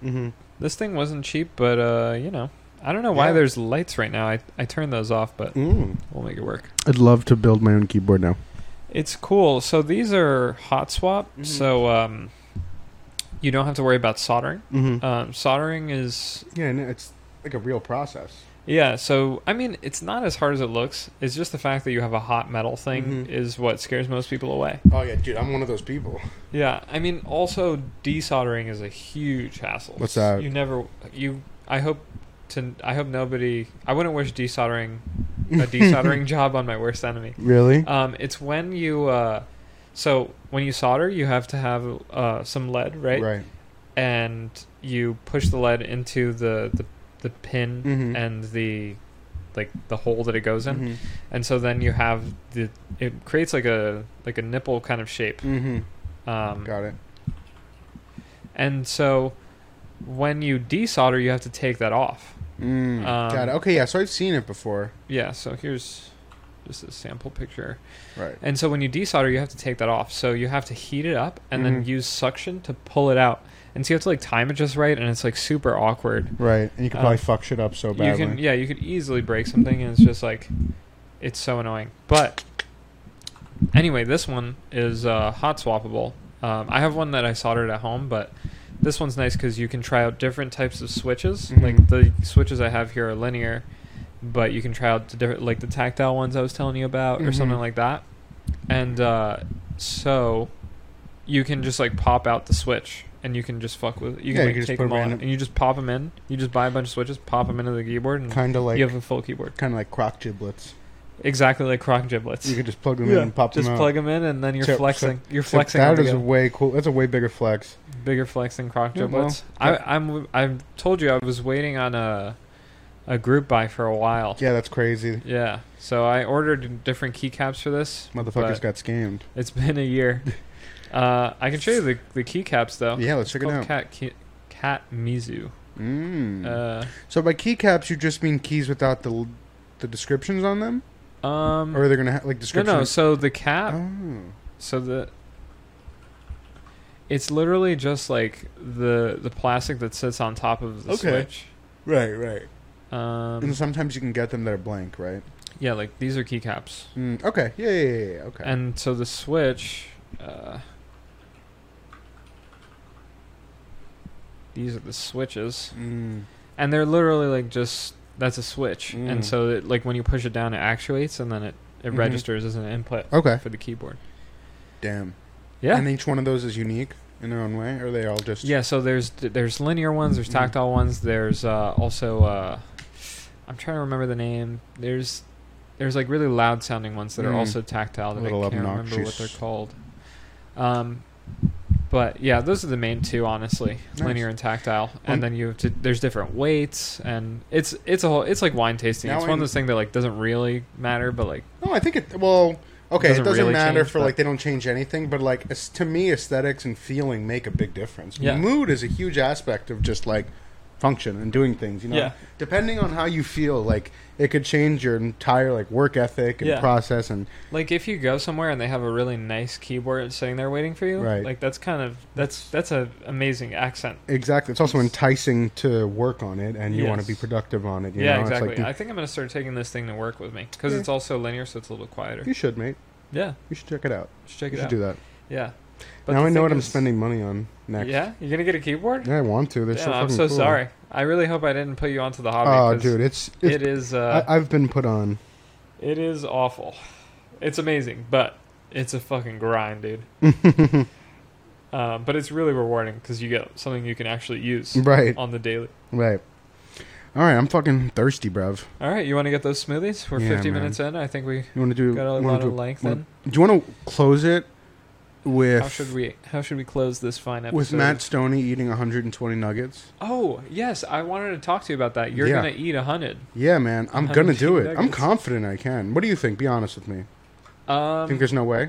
S2: hmm
S3: This thing wasn't cheap, but uh, you know, I don't know why
S2: Yeah.
S3: there's lights right now. I I turned those off, but
S2: Mm.
S3: we'll make it work.
S2: I'd love to build my own keyboard now.
S3: It's cool. So these are hot swap,
S2: Mm-hmm.
S3: so um, you don't have to worry about soldering.
S2: Mm-hmm.
S3: Um, soldering is
S2: Yeah, and it's like a real process.
S3: yeah. So I mean, it's not as hard as it looks. It's just the fact that you have a hot metal thing
S2: Mhm.
S3: is what scares most people away.
S2: Oh yeah, dude, I'm one of those *laughs* people.
S3: Yeah, I mean, also desoldering is a huge hassle.
S2: What's that?
S3: You never you. I hope to. I hope nobody. I wouldn't wish desoldering
S2: *laughs*
S3: a desoldering job on my worst enemy.
S2: Really?
S3: Um, it's when you. Uh, so when you solder, you have to have uh, some lead, right? And you push the lead into the the, the pin
S2: Mhm.
S3: and the like the hole that it goes in, and so then you have the it creates like a like a nipple kind of shape.
S2: Mm-hmm.
S3: Um,
S2: Got it.
S3: and so when you desolder, you have to take that off.
S2: Mm.
S3: Um,
S2: Got it. Okay, yeah. So I've seen it before.
S3: Yeah, so here's just a sample picture.
S2: Right.
S3: And so when you desolder, you have to take that off. So you have to heat it up and then
S2: Mhm.
S3: use suction to pull it out. And so you have to like time it just right, and it's like super awkward.
S2: Right. And you could
S3: Um,
S2: probably fuck shit up so badly.
S3: You can, yeah, you could easily break something, and it's just like, it's so annoying. But anyway, this one is uh, hot swappable. Um, I have one that I soldered at home, but this one's nice because you can try out different types of switches.
S2: Mhm.
S3: Like the switches I have here are linear, but you can try out the different, like the tactile ones I was telling you about, or something
S2: Mhm.
S3: like that. And uh, so you can just like pop out the switch and you can just fuck with you
S2: Yeah, you
S3: can like
S2: can just
S3: take
S2: put
S3: them all out
S2: random-
S3: and you just pop them in you just buy a bunch of switches pop them into the keyboard and
S2: Kind of like
S3: you have a full keyboard
S2: kind of like croc giblets.
S3: exactly like croc giblets
S2: You could just plug them in and pop
S3: just
S2: them out.
S3: plug them in and then you're
S2: Except-
S3: flexing you're
S2: Except
S3: flexing
S2: That
S3: on the
S2: is a
S3: go.
S2: way cool. That's a way bigger flex.
S3: bigger flex than croc
S2: Yeah, well,
S3: giblets I, i'm i told you i was waiting on a a group buy for a while
S2: Yeah, that's crazy.
S3: yeah so i ordered different keycaps for this
S2: Motherfuckers
S3: but
S2: got scammed.
S3: it's *laughs* been
S2: *laughs*
S3: a year uh, i can show you the, the keycaps though
S2: Yeah, let's check it
S3: Oh, Called
S2: out.
S3: cat Ki- cat mizu
S2: Mm.
S3: uh
S2: so by keycaps, you just mean keys without the l- the descriptions on them,
S3: Um,
S2: or are they gonna have like
S3: no,
S2: descriptions?
S3: no. So the cap,
S2: Oh.
S3: so the it's literally just like the the plastic that sits on top of the
S2: Okay.
S3: switch.
S2: Right, right. and
S3: Um,
S2: sometimes you can get them that are blank, right?
S3: yeah, like these are keycaps,
S2: Mm, okay. Yeah, yeah, yeah, yeah, Okay.
S3: and so the switch. Uh, these are the switches,
S2: mm,
S3: and they're literally like just that's a switch,
S2: Mm.
S3: and so it, like when you push it down, it actuates, and then it it
S2: Mhm.
S3: registers as an input
S2: okay.
S3: for the keyboard.
S2: Damn.
S3: Yeah.
S2: And each one of those is unique in their own way, or are they all just
S3: Yeah, so there's there's linear ones, there's
S2: Mhm.
S3: tactile ones, there's uh, also uh, I'm trying to remember the name. There's there's like really loud sounding ones that are
S2: Mm.
S3: also tactile that I
S2: Little
S3: can't remember what
S2: obnoxious.
S3: they're called. Um, But yeah, those are the main two, honestly, linear and tactile. And then you have to there's different weights, and it's it's a whole it's like wine tasting.
S2: Now
S3: it's one
S2: I'm-
S3: of those things that like doesn't really matter, but like
S2: No, I think it. Well, okay, it doesn't,
S3: Doesn't really
S2: matter
S3: change,
S2: for
S3: but-
S2: like they don't change anything, but like it's, to me, aesthetics and feeling make a big difference.
S3: Yeah.
S2: Mood is a huge aspect of just like function and doing things. You know,
S3: Yeah.
S2: depending on how you feel, like it could change your entire like work ethic and
S3: Yeah.
S2: process and
S3: like if you go somewhere and they have a really nice keyboard sitting there waiting for you,
S2: Right.
S3: Like that's kind of that's that's a amazing accent.
S2: exactly. It's also enticing to work on it, and you want to
S3: Yes.
S2: be productive on it. You
S3: yeah,
S2: know? It's like
S3: exactly.
S2: you-
S3: I think I'm gonna start taking this thing to work with me because
S2: Yeah.
S3: it's also linear, so it's a little quieter.
S2: you should, mate.
S3: Yeah,
S2: You should check it out.
S3: let's check
S2: you
S3: it
S2: should
S3: out.
S2: do that.
S3: Yeah.
S2: now
S3: the
S2: I know
S3: thing
S2: what I'm
S3: is-
S2: spending money on next.
S3: Yeah, you're gonna get a keyboard.
S2: Yeah, I want to. They're so
S3: Damn, I'm
S2: fucking
S3: so
S2: cool.
S3: sorry. I really hope I didn't put you onto the hobby.
S2: Oh,
S3: 'cause
S2: dude, it's, it's
S3: it is. Uh,
S2: I, I've been put on.
S3: It is awful. It's amazing, but it's a fucking grind,
S2: *laughs*
S3: dude. uh, but it's really rewarding because you get something you can actually
S2: *laughs*
S3: use
S2: Right.
S3: on the daily.
S2: Right. All right, I'm fucking thirsty, bruv.
S3: All right, you want to get those smoothies? We're
S2: Yeah,
S3: 50
S2: man.
S3: minutes in. I think we
S2: You want to do?
S3: got a
S2: wanna
S3: lot
S2: do,
S3: of length.
S2: wanna-
S3: Then
S2: Do you want to close it with
S3: how should we how should we close this fine episode?
S2: with Matt Stoney eating 120 nuggets?
S3: Oh yes, I wanted to talk to you about that. You're
S2: Yeah.
S3: gonna eat a hundred.
S2: Yeah, man,
S3: *laughs*
S2: I'm gonna do
S3: 120
S2: it. I'm
S3: nuggets.
S2: confident I can. What do you think? Be honest with me.
S3: Um,
S2: Think there's no way?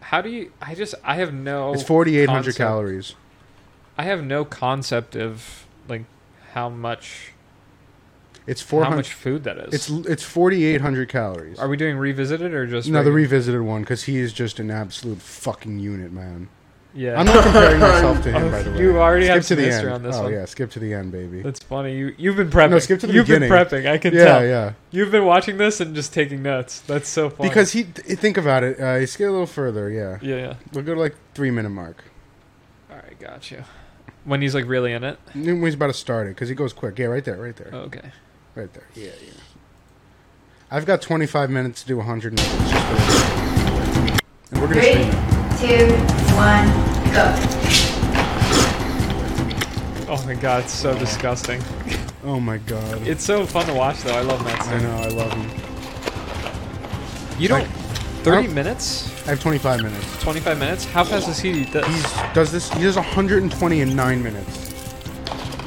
S3: how do you? I just I have no.
S2: It's 4,800
S3: oh, concept-
S2: calories.
S3: I have no concept of like how much
S2: It's
S3: how
S2: 400.
S3: much food that is.
S2: it's it's 4,800 calories.
S3: Are we doing revisited or just
S2: Another
S3: regular?
S2: revisited one because he is just an absolute fucking unit, man.
S3: Yeah,
S2: I'm not comparing myself to him,
S3: Oh,
S2: by the way.
S3: *laughs* you already
S2: skip
S3: have
S2: to the
S3: semester
S2: end.
S3: on this
S2: oh
S3: one.
S2: yeah, skip to the end, baby.
S3: that's funny. You you've been prepping.
S2: No, skip to the
S3: you've
S2: beginning.
S3: been prepping. I can
S2: yeah,
S3: tell.
S2: yeah.
S3: You've been watching this and just taking notes. That's so funny.
S2: Because he, th- think about it, uh, you skip a little further. Yeah,
S3: yeah, yeah.
S2: we'll go to like three minute mark.
S3: All right, got you. When he's like really in it.
S2: When He's about to start it because he goes quick. Yeah, right there, right there,
S3: Okay.
S2: right there. Yeah, yeah. I've got 25 minutes to do 100 minutes. Just go. and we're gonna
S11: Three,
S2: stream it.
S11: two, one, go.
S3: Oh my god, it's so disgusting.
S2: Oh my god.
S3: It's so fun to watch though. I love Matt
S2: I
S3: Stone.
S2: know. I love him.
S3: You don't. Thirty
S2: I-
S3: minutes,
S2: I have 25 minutes.
S3: twenty-five minutes. How fast does he eat this?
S2: Oh. He's does this. He does 120 in nine minutes.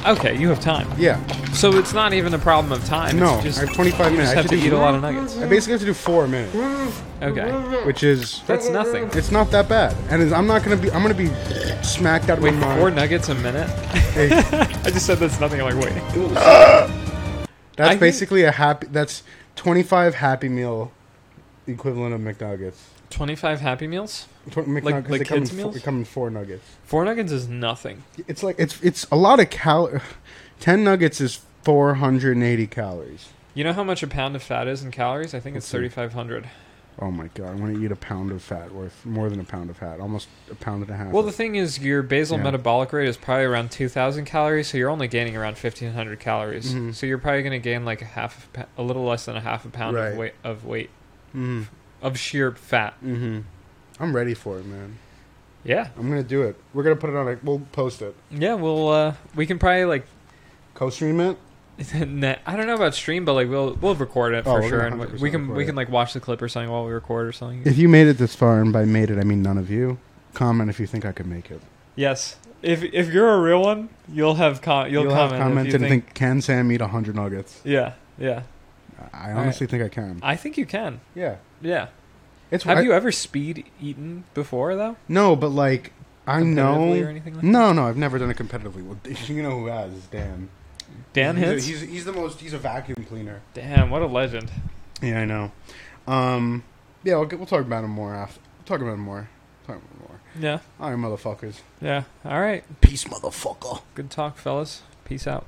S3: okay, you have time.
S2: Yeah.
S3: So it's not even a problem of time.
S2: No,
S3: it's just,
S2: I have 25
S3: you
S2: minutes. I
S3: just have
S2: have
S3: to
S2: to
S3: eat
S2: do-
S3: a lot of nuggets.
S2: I basically have to do four minutes, *laughs*
S3: Okay,
S2: which is
S3: that's nothing.
S2: it's not that bad. And it's, I'm not gonna be. I'm gonna be smacked out of
S3: Wait,
S2: my mind.
S3: four nuggets a minute? *laughs* I just said that's nothing. I'm like, wait. I
S2: That's
S3: think-
S2: basically a happy. That's twenty five Happy Meal equivalent of McNuggets.
S3: 25 Happy Meals?
S2: Tw- McNuggets
S3: like
S2: they come
S3: kids'
S2: in, fo-
S3: meals?
S2: they come in four nuggets.
S3: Four nuggets is nothing.
S2: It's like it's it's a lot of cal. *sighs* Ten nuggets is four hundred and eighty calories.
S3: You know how much a pound of fat is in calories? I think it's
S2: Let's see.
S3: 3,500.
S2: Oh my god! I want to eat a pound of fat worth more than a pound of fat, almost a pound and a half.
S3: Well, the thing is, your basal
S2: Yeah.
S3: metabolic rate is probably around 2,000 calories, so you're only gaining around 1,500 calories.
S2: Mm-hmm.
S3: So you're probably going to gain like a half, a, pa- a little less than a half a pound
S2: Right.
S3: of weight, of weight, of sheer fat.
S2: mm-hmm. I'm ready for it, man.
S3: Yeah,
S2: I'm gonna do it. We're gonna put it on. A, we'll post it.
S3: yeah. Well, uh, we can probably like, *laughs*
S2: Co-stream it.
S3: net, I don't know about stream, but like we'll we'll record it
S2: Oh,
S3: for
S2: we're
S3: sure,
S2: gonna
S3: and
S2: 100%
S3: we- we can
S2: record
S3: we
S2: it.
S3: can like watch the clip or something while we record or something.
S2: If you made it this far, and by made it I mean none of you, comment if you think I could make it.
S3: *laughs* Yes. If if you're a real one, you'll have com- you'll,
S2: have
S3: comment, if you
S2: and
S3: think,
S2: think, can Sam eat 100 nuggets?
S3: Yeah, yeah.
S2: I honestly think I can.
S3: I think you can.
S2: Yeah.
S3: Yeah.
S2: It's
S3: Have
S2: I-
S3: you e- ever speed eaten before though?
S2: No, but like I know.
S3: Competitively or anything like
S2: no, no, I've never done it competitively. Well, *laughs* you know who has is Dan.
S3: Dan
S2: he's, a-
S3: hits.
S2: he's he's the most. He's a vacuum cleaner.
S3: Damn, what a legend.
S2: Yeah, I know. Um, yeah, we'll, get- we'll talk about him more after. We'll talk about him more. Talk about him more.
S3: Yeah.
S2: All right, motherfuckers.
S3: Yeah. All right.
S2: Peace, motherfucker.
S3: Good talk, fellas. Peace out.